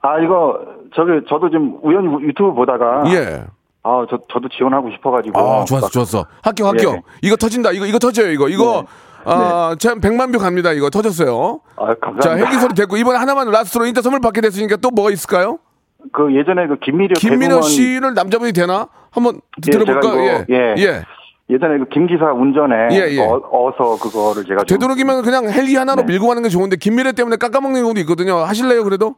Speaker 13: 아 이거 저기 저도 지금 우연히 유튜브 보다가
Speaker 3: 예.
Speaker 13: 아 저 저도 지원하고 싶어가지고
Speaker 3: 아 좋았어, 좋았어. 합격
Speaker 13: 예. 네.
Speaker 3: 합격. 이거 터진다. 이거 이거 터져요. 이거 이거 아참 100만 뷰 갑니다. 이거 터졌어요.
Speaker 13: 아
Speaker 3: 자
Speaker 13: 감사합니다.
Speaker 3: 헬기 소리 됐고 이번에 하나만 라스트로 인터 선물 받게 됐으니까 또 뭐가 있을까요?
Speaker 13: 그 예전에 그 김미려
Speaker 3: 김민호
Speaker 13: 대공원-
Speaker 3: 씨를 남자분이 되나? 한번
Speaker 13: 예,
Speaker 3: 들어볼까?
Speaker 13: 제가
Speaker 3: 요
Speaker 13: 이거, 예.
Speaker 3: 예.
Speaker 13: 예전에 그 김기사 운전에
Speaker 3: 예, 예.
Speaker 13: 어, 어서 그거를 제가 좀-
Speaker 3: 되도록이면 그냥 헬기 하나로
Speaker 13: 네.
Speaker 3: 밀고 가는 게 좋은데 김미래 때문에 깎아먹는 경우도 있거든요. 하실래요 그래도?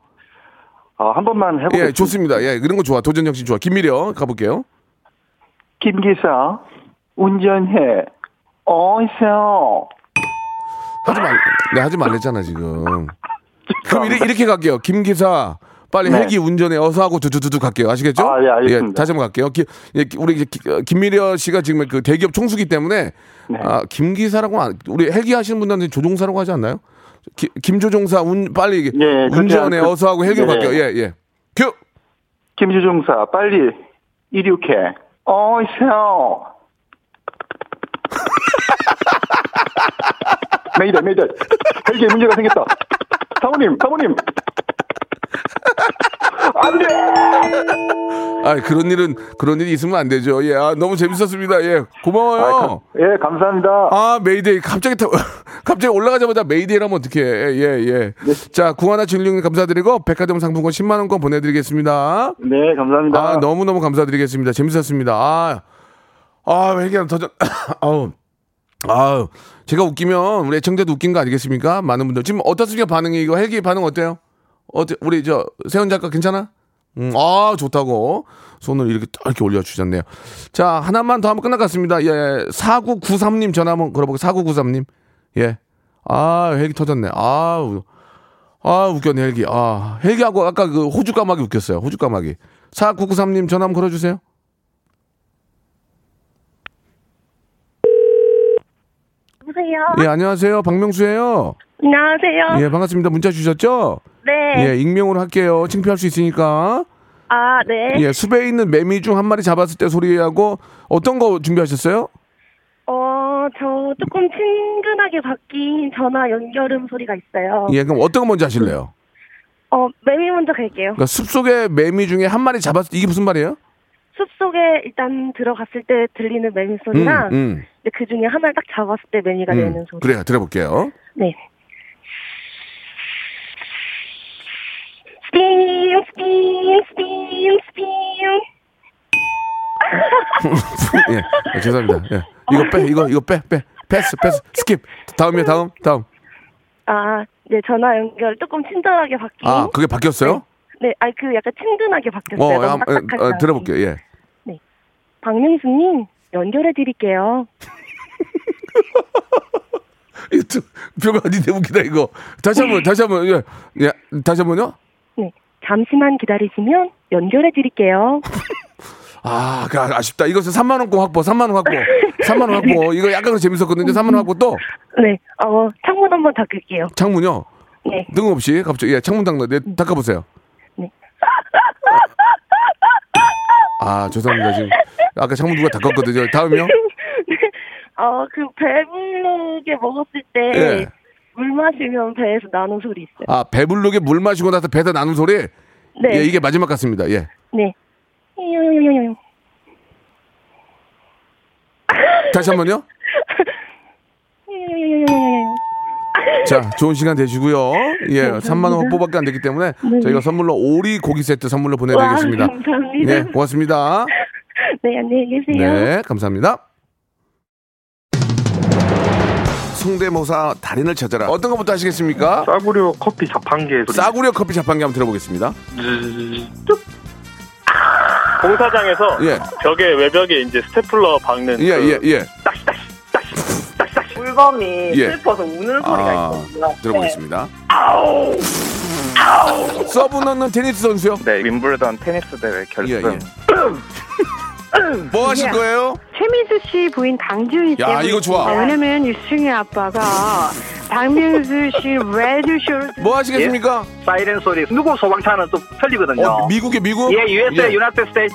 Speaker 13: 아, 한 번만 해보겠습니다.
Speaker 3: 예, 좋습니다. 예, 이런 거 좋아. 도전 정신 좋아. 김미래 가볼게요.
Speaker 13: 김기사 운전해 어서
Speaker 3: 하지 말, 네, 하지 말랬잖아 지금. 그럼 이렇게, 이렇게 갈게요. 김 기사 빨리
Speaker 13: 네.
Speaker 3: 헬기 운전에 어서 하고 두두두두 갈게요. 아시겠죠?
Speaker 13: 아, 예, 알겠습니다.
Speaker 3: 다시 한번 갈게요. 기, 예, 기- 우리 이제 기- 어, 김미려 씨가 지금 그 대기업 총수기 때문에
Speaker 13: 네.
Speaker 3: 아, 김 기사라고 안, 우리 헬기 하시는 분들한테 조종사라고 하지 않나요? 기- 김조종사 운 빨리 이게
Speaker 13: 예, 그렇게
Speaker 3: 운전에
Speaker 13: 하죠.
Speaker 3: 어서 하고 헬기로
Speaker 13: 네.
Speaker 3: 갈게요. 예, 예. 큐.
Speaker 13: 김주종사 빨리 이륙해 어서 메이드 메이드 헬기에 문제가 생겼다 사모님 사모님
Speaker 3: 아, 그런 일은 그런 일이 있으면 안 되죠. 예, 아, 너무 재밌었습니다. 예, 고마워요.
Speaker 13: 예, 감사합니다.
Speaker 3: 아, 메이데이 갑자기 타, 갑자기 올라가자마자 메이데이를 하면 어떡해. 예, 예. 예. 자, 구하나 진룡님 감사드리고 백화점 상품권 10만 원권 보내 드리겠습니다.
Speaker 13: 네 감사합니다
Speaker 3: 아, 너무너무 감사드리겠습니다. 재밌었습니다. 아. 아, 왜 이렇게 더전 아우. 아우. 제가 웃기면 우리 애청자도 웃긴 거 아니겠습니까? 많은 분들 지금 어떻습니까? 반응이 이거 헬기 반응 어때요? 어때 우리 저 세훈 작가 괜찮아? 음, 아 좋다고 손을 이렇게 딱 이렇게 올려주셨네요. 자 하나만 더 하면 끝날 것 같습니다. 예, 4993님 전화 한번 걸어보고 4993님 예, 아 헬기 터졌네. 아우 아 웃겼네 헬기. 아 헬기하고 아까 그 호주 까마귀 웃겼어요. 호주 까마귀. 4993님 전화 한번 걸어주세요.
Speaker 12: 여보세요.
Speaker 3: 예 안녕하세요 박명수예요.
Speaker 12: 안녕하세요.
Speaker 3: 예 반갑습니다. 문자 주셨죠?
Speaker 12: 네.
Speaker 3: 예 익명으로 할게요. 창피할 수 있으니까.
Speaker 12: 아, 네.
Speaker 3: 예 숲에 있는 매미 중 한 마리 잡았을 때 소리하고 어떤 거 준비하셨어요? 예.
Speaker 12: 어, 저 조금 친근하게 바뀐 전화 연결음 소리가 있어요.
Speaker 3: 예, 그럼 어떤 거 먼저 하실래요?
Speaker 12: 어, 매미 먼저 갈게요.
Speaker 3: 그러니까 숲속의 매미 중에 한 마리 잡았을 때 이게 무슨 말이에요?
Speaker 12: 숲속에 일단 들어갔을 때 들리는 매미 소리랑
Speaker 3: 음,
Speaker 12: 근데 그 중에 하나를 딱 잡았을 때 매미가
Speaker 3: 음.
Speaker 12: 내는 소리.
Speaker 3: 그래요, 들어볼게요.
Speaker 12: 네. 스피인, 스피인, 스피인, 스피인. 네.
Speaker 3: 예, 아, 죄송합니다. 예. 이거 빼, 이거 이거 빼, 빼, 패스, 패스, 스킵. 다음이요, 다음, 다음.
Speaker 12: 아, 네, 전화 연결 조금 친절하게 바뀐.
Speaker 3: 아, 그게 바뀌었어요?
Speaker 12: 네, 아니 그 약간 친근하게
Speaker 3: 어,
Speaker 12: 바뀌었어요. 너무
Speaker 3: 한- 어,
Speaker 12: 딱딱하지
Speaker 3: 어, 들어볼게요. 예.
Speaker 12: 박명수님 연결해 드릴게요.
Speaker 3: 이거 별거 아닌데 웃기다 이거. 다시 한번, 다시 한번, 예, 예, 다시 한번요.
Speaker 12: 네, 잠시만 기다리시면 연결해 드릴게요.
Speaker 3: 아, 그 아- 아쉽다. 이것은 3만 원권 확보, 3만 원 확보, 3만 원 확보. 이거 약간 재밌었거든요. 3만 원 확보 또
Speaker 12: 네, 어 창문 한번 닫을게요.
Speaker 3: 창문요.
Speaker 12: 네,
Speaker 3: 뜬금없이 갑자기 예, 창문 닦는 네, 닦아보세요. 아 죄송합니다 지금 아까 창문 누가 닦았거든요. 다음이요.
Speaker 12: 네, 어그 배부르게 먹었을 때 물
Speaker 3: 예.
Speaker 12: 마시면 배에서 나는 소리 있어요.
Speaker 3: 아 배불르게 물 마시고 나서 배에다 나는 소리.
Speaker 12: 네,
Speaker 3: 예 이게 마지막 같습니다. 예
Speaker 12: 네. 요요요요요.
Speaker 3: 다시 한번요.
Speaker 12: 예, 요요요요요.
Speaker 3: 자 좋은 시간 되시고요. 예
Speaker 14: 네,
Speaker 3: 3만 원 확보밖에 안 되기 때문에
Speaker 12: 네.
Speaker 3: 저희가 선물로 오리 고기 세트 선물로 보내드리겠습니다.
Speaker 12: 와, 감사합니다.
Speaker 3: 네 고맙습니다.
Speaker 12: 네, 안녕히 계세요.
Speaker 3: 네, 감사합니다. 성대모사 달인을 찾아라. 어떤 것부터 하시겠습니까?
Speaker 15: 싸구려 커피 자판기의 소리.
Speaker 3: 싸구려 커피 자판기 한번 들어보겠습니다.
Speaker 6: 공사장에서
Speaker 3: 예.
Speaker 6: 벽에 외벽에 이제 스테플러 박는
Speaker 3: 예,
Speaker 6: 그
Speaker 15: 아,
Speaker 3: 예, 예.
Speaker 14: 앨범이
Speaker 3: 예.
Speaker 14: 슬퍼서 우는 소리가
Speaker 3: 아,
Speaker 14: 있거든요.
Speaker 3: 들어보겠습니다.
Speaker 14: 아우! 아우!
Speaker 3: 서브 넣는 테니스 선수요?
Speaker 9: 네, 윈블던 테니스 대회 결승.
Speaker 13: 예,
Speaker 3: 예. 뭐 하실 거예요?
Speaker 16: 최민수 씨 부인 강지훈이
Speaker 3: 야,
Speaker 17: 예,
Speaker 16: 때문에
Speaker 3: 이거 좋아.
Speaker 16: 아, 왜냐면 유승희 아빠가 박명수 씨 레드쇼를
Speaker 17: 예.
Speaker 3: 뭐 하시겠습니까?
Speaker 17: 사이렌 소리. 누구 소방차는 또 틀리거든요.
Speaker 3: 어, 미국에 미국?
Speaker 17: 예, USA,
Speaker 3: 예.
Speaker 17: 유나이티드 스테이트.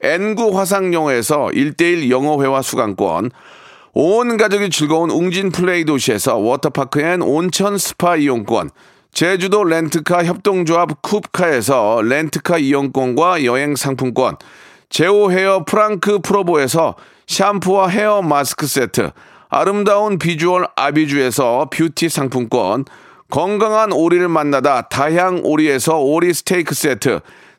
Speaker 3: N구 화상영어에서 1대1 영어회화 수강권, 온 가족이 즐거운 웅진 플레이 도시에서 워터파크 앤 온천 스파 이용권, 제주도 렌트카 협동조합 쿱카에서 렌트카 이용권과 여행 상품권, 제오 헤어 프랑크 프로보에서 샴푸와 헤어 마스크 세트, 아름다운 비주얼 아비주에서 뷰티 상품권, 건강한 오리를 만나다 다향 오리에서 오리 스테이크 세트,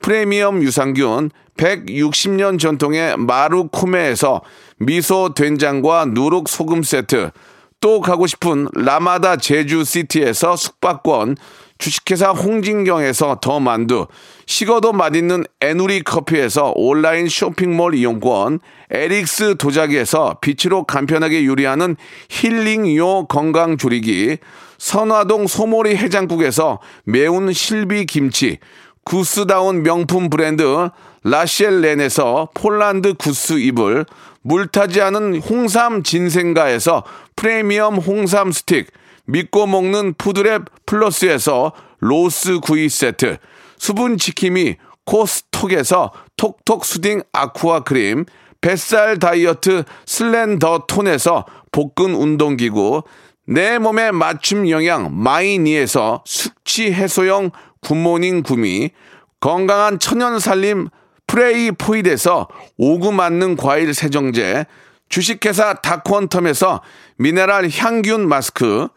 Speaker 3: 프리미엄 유산균 160년 전통의 마루코메에서 미소 된장과 누룩 소금 세트 또 가고 싶은 라마다 제주시티에서 숙박권 주식회사 홍진경에서 더 만두 식어도 맛있는 에누리 커피에서 온라인 쇼핑몰 이용권 에릭스 도자기에서 빛으로 간편하게 요리하는 힐링요 건강조리기 선화동 소모리 해장국에서 매운 실비 김치 구스다운 명품 브랜드 라시엘렌에서 폴란드 구스 이불, 물타지 않은 홍삼 진생가에서 프리미엄 홍삼 스틱, 믿고 먹는 푸드랩 플러스에서 로스 구이 세트, 수분 지킴이 코스톡에서 톡톡 수딩 아쿠아 크림, 뱃살 다이어트 슬렌더 톤에서 복근 운동기구, 내 몸에 맞춤 영양 마이니에서 숙취 해소용 굿모닝 구미 건강한 천연 살림 프레이 포이드에서 오구 맞는 과일 세정제 주식회사 다콘텀에서 미네랄 향균 마스크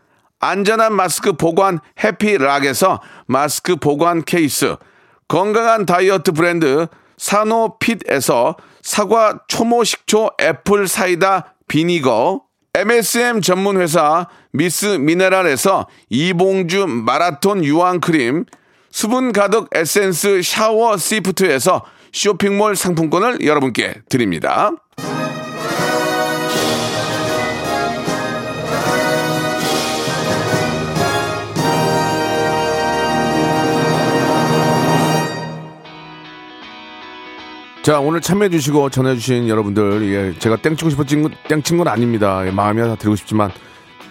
Speaker 3: 안전한 마스크 보관 해피락에서 마스크 보관 케이스 건강한 다이어트 브랜드 사노핏에서 사과 초모 식초 애플 사이다 비니거 MSM 전문 회사 미스 미네랄에서 이봉주 마라톤 유황 크림 수분 가득 에센스 샤워 시프트에서 쇼핑몰 상품권을 여러분께 드립니다. 자 오늘 참여해주시고 전해주신 여러분들 예, 제가 땡치고 싶어진 건 땡친 건 아닙니다 예, 마음이 하나 드리고 싶지만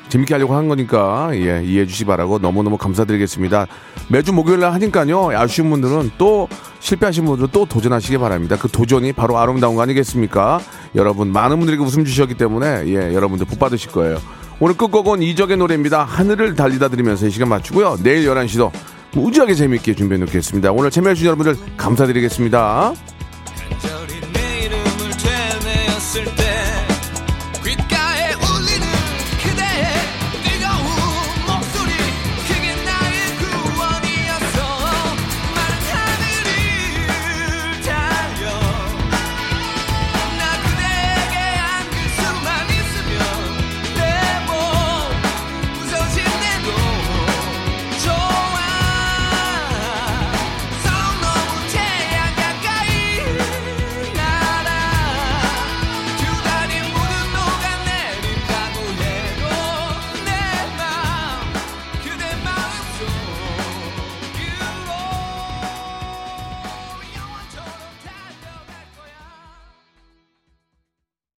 Speaker 3: 재밌게 하려고 한 거니까 예, 이해해 주시 기 바라고 너무너무 감사드리겠습니다 매주 목요일 날 하니까요 아쉬운 분들은 또 실패하신 분들은 또 도전하시기 바랍니다 그 도전이 바로 아름다운 거 아니겠습니까 여러분 많은 분들에게 웃음 주셨기 때문에 예, 여러분들 복 받으실 거예요 오늘 끝곡은 이적의 노래입니다 하늘을 달리다 들으면서 이 시간 마치고요 내일 11시도 무지하게 재밌게 준비해 놓겠습니다 오늘 참여해주신 여러분들 감사드리겠습니다
Speaker 4: 아,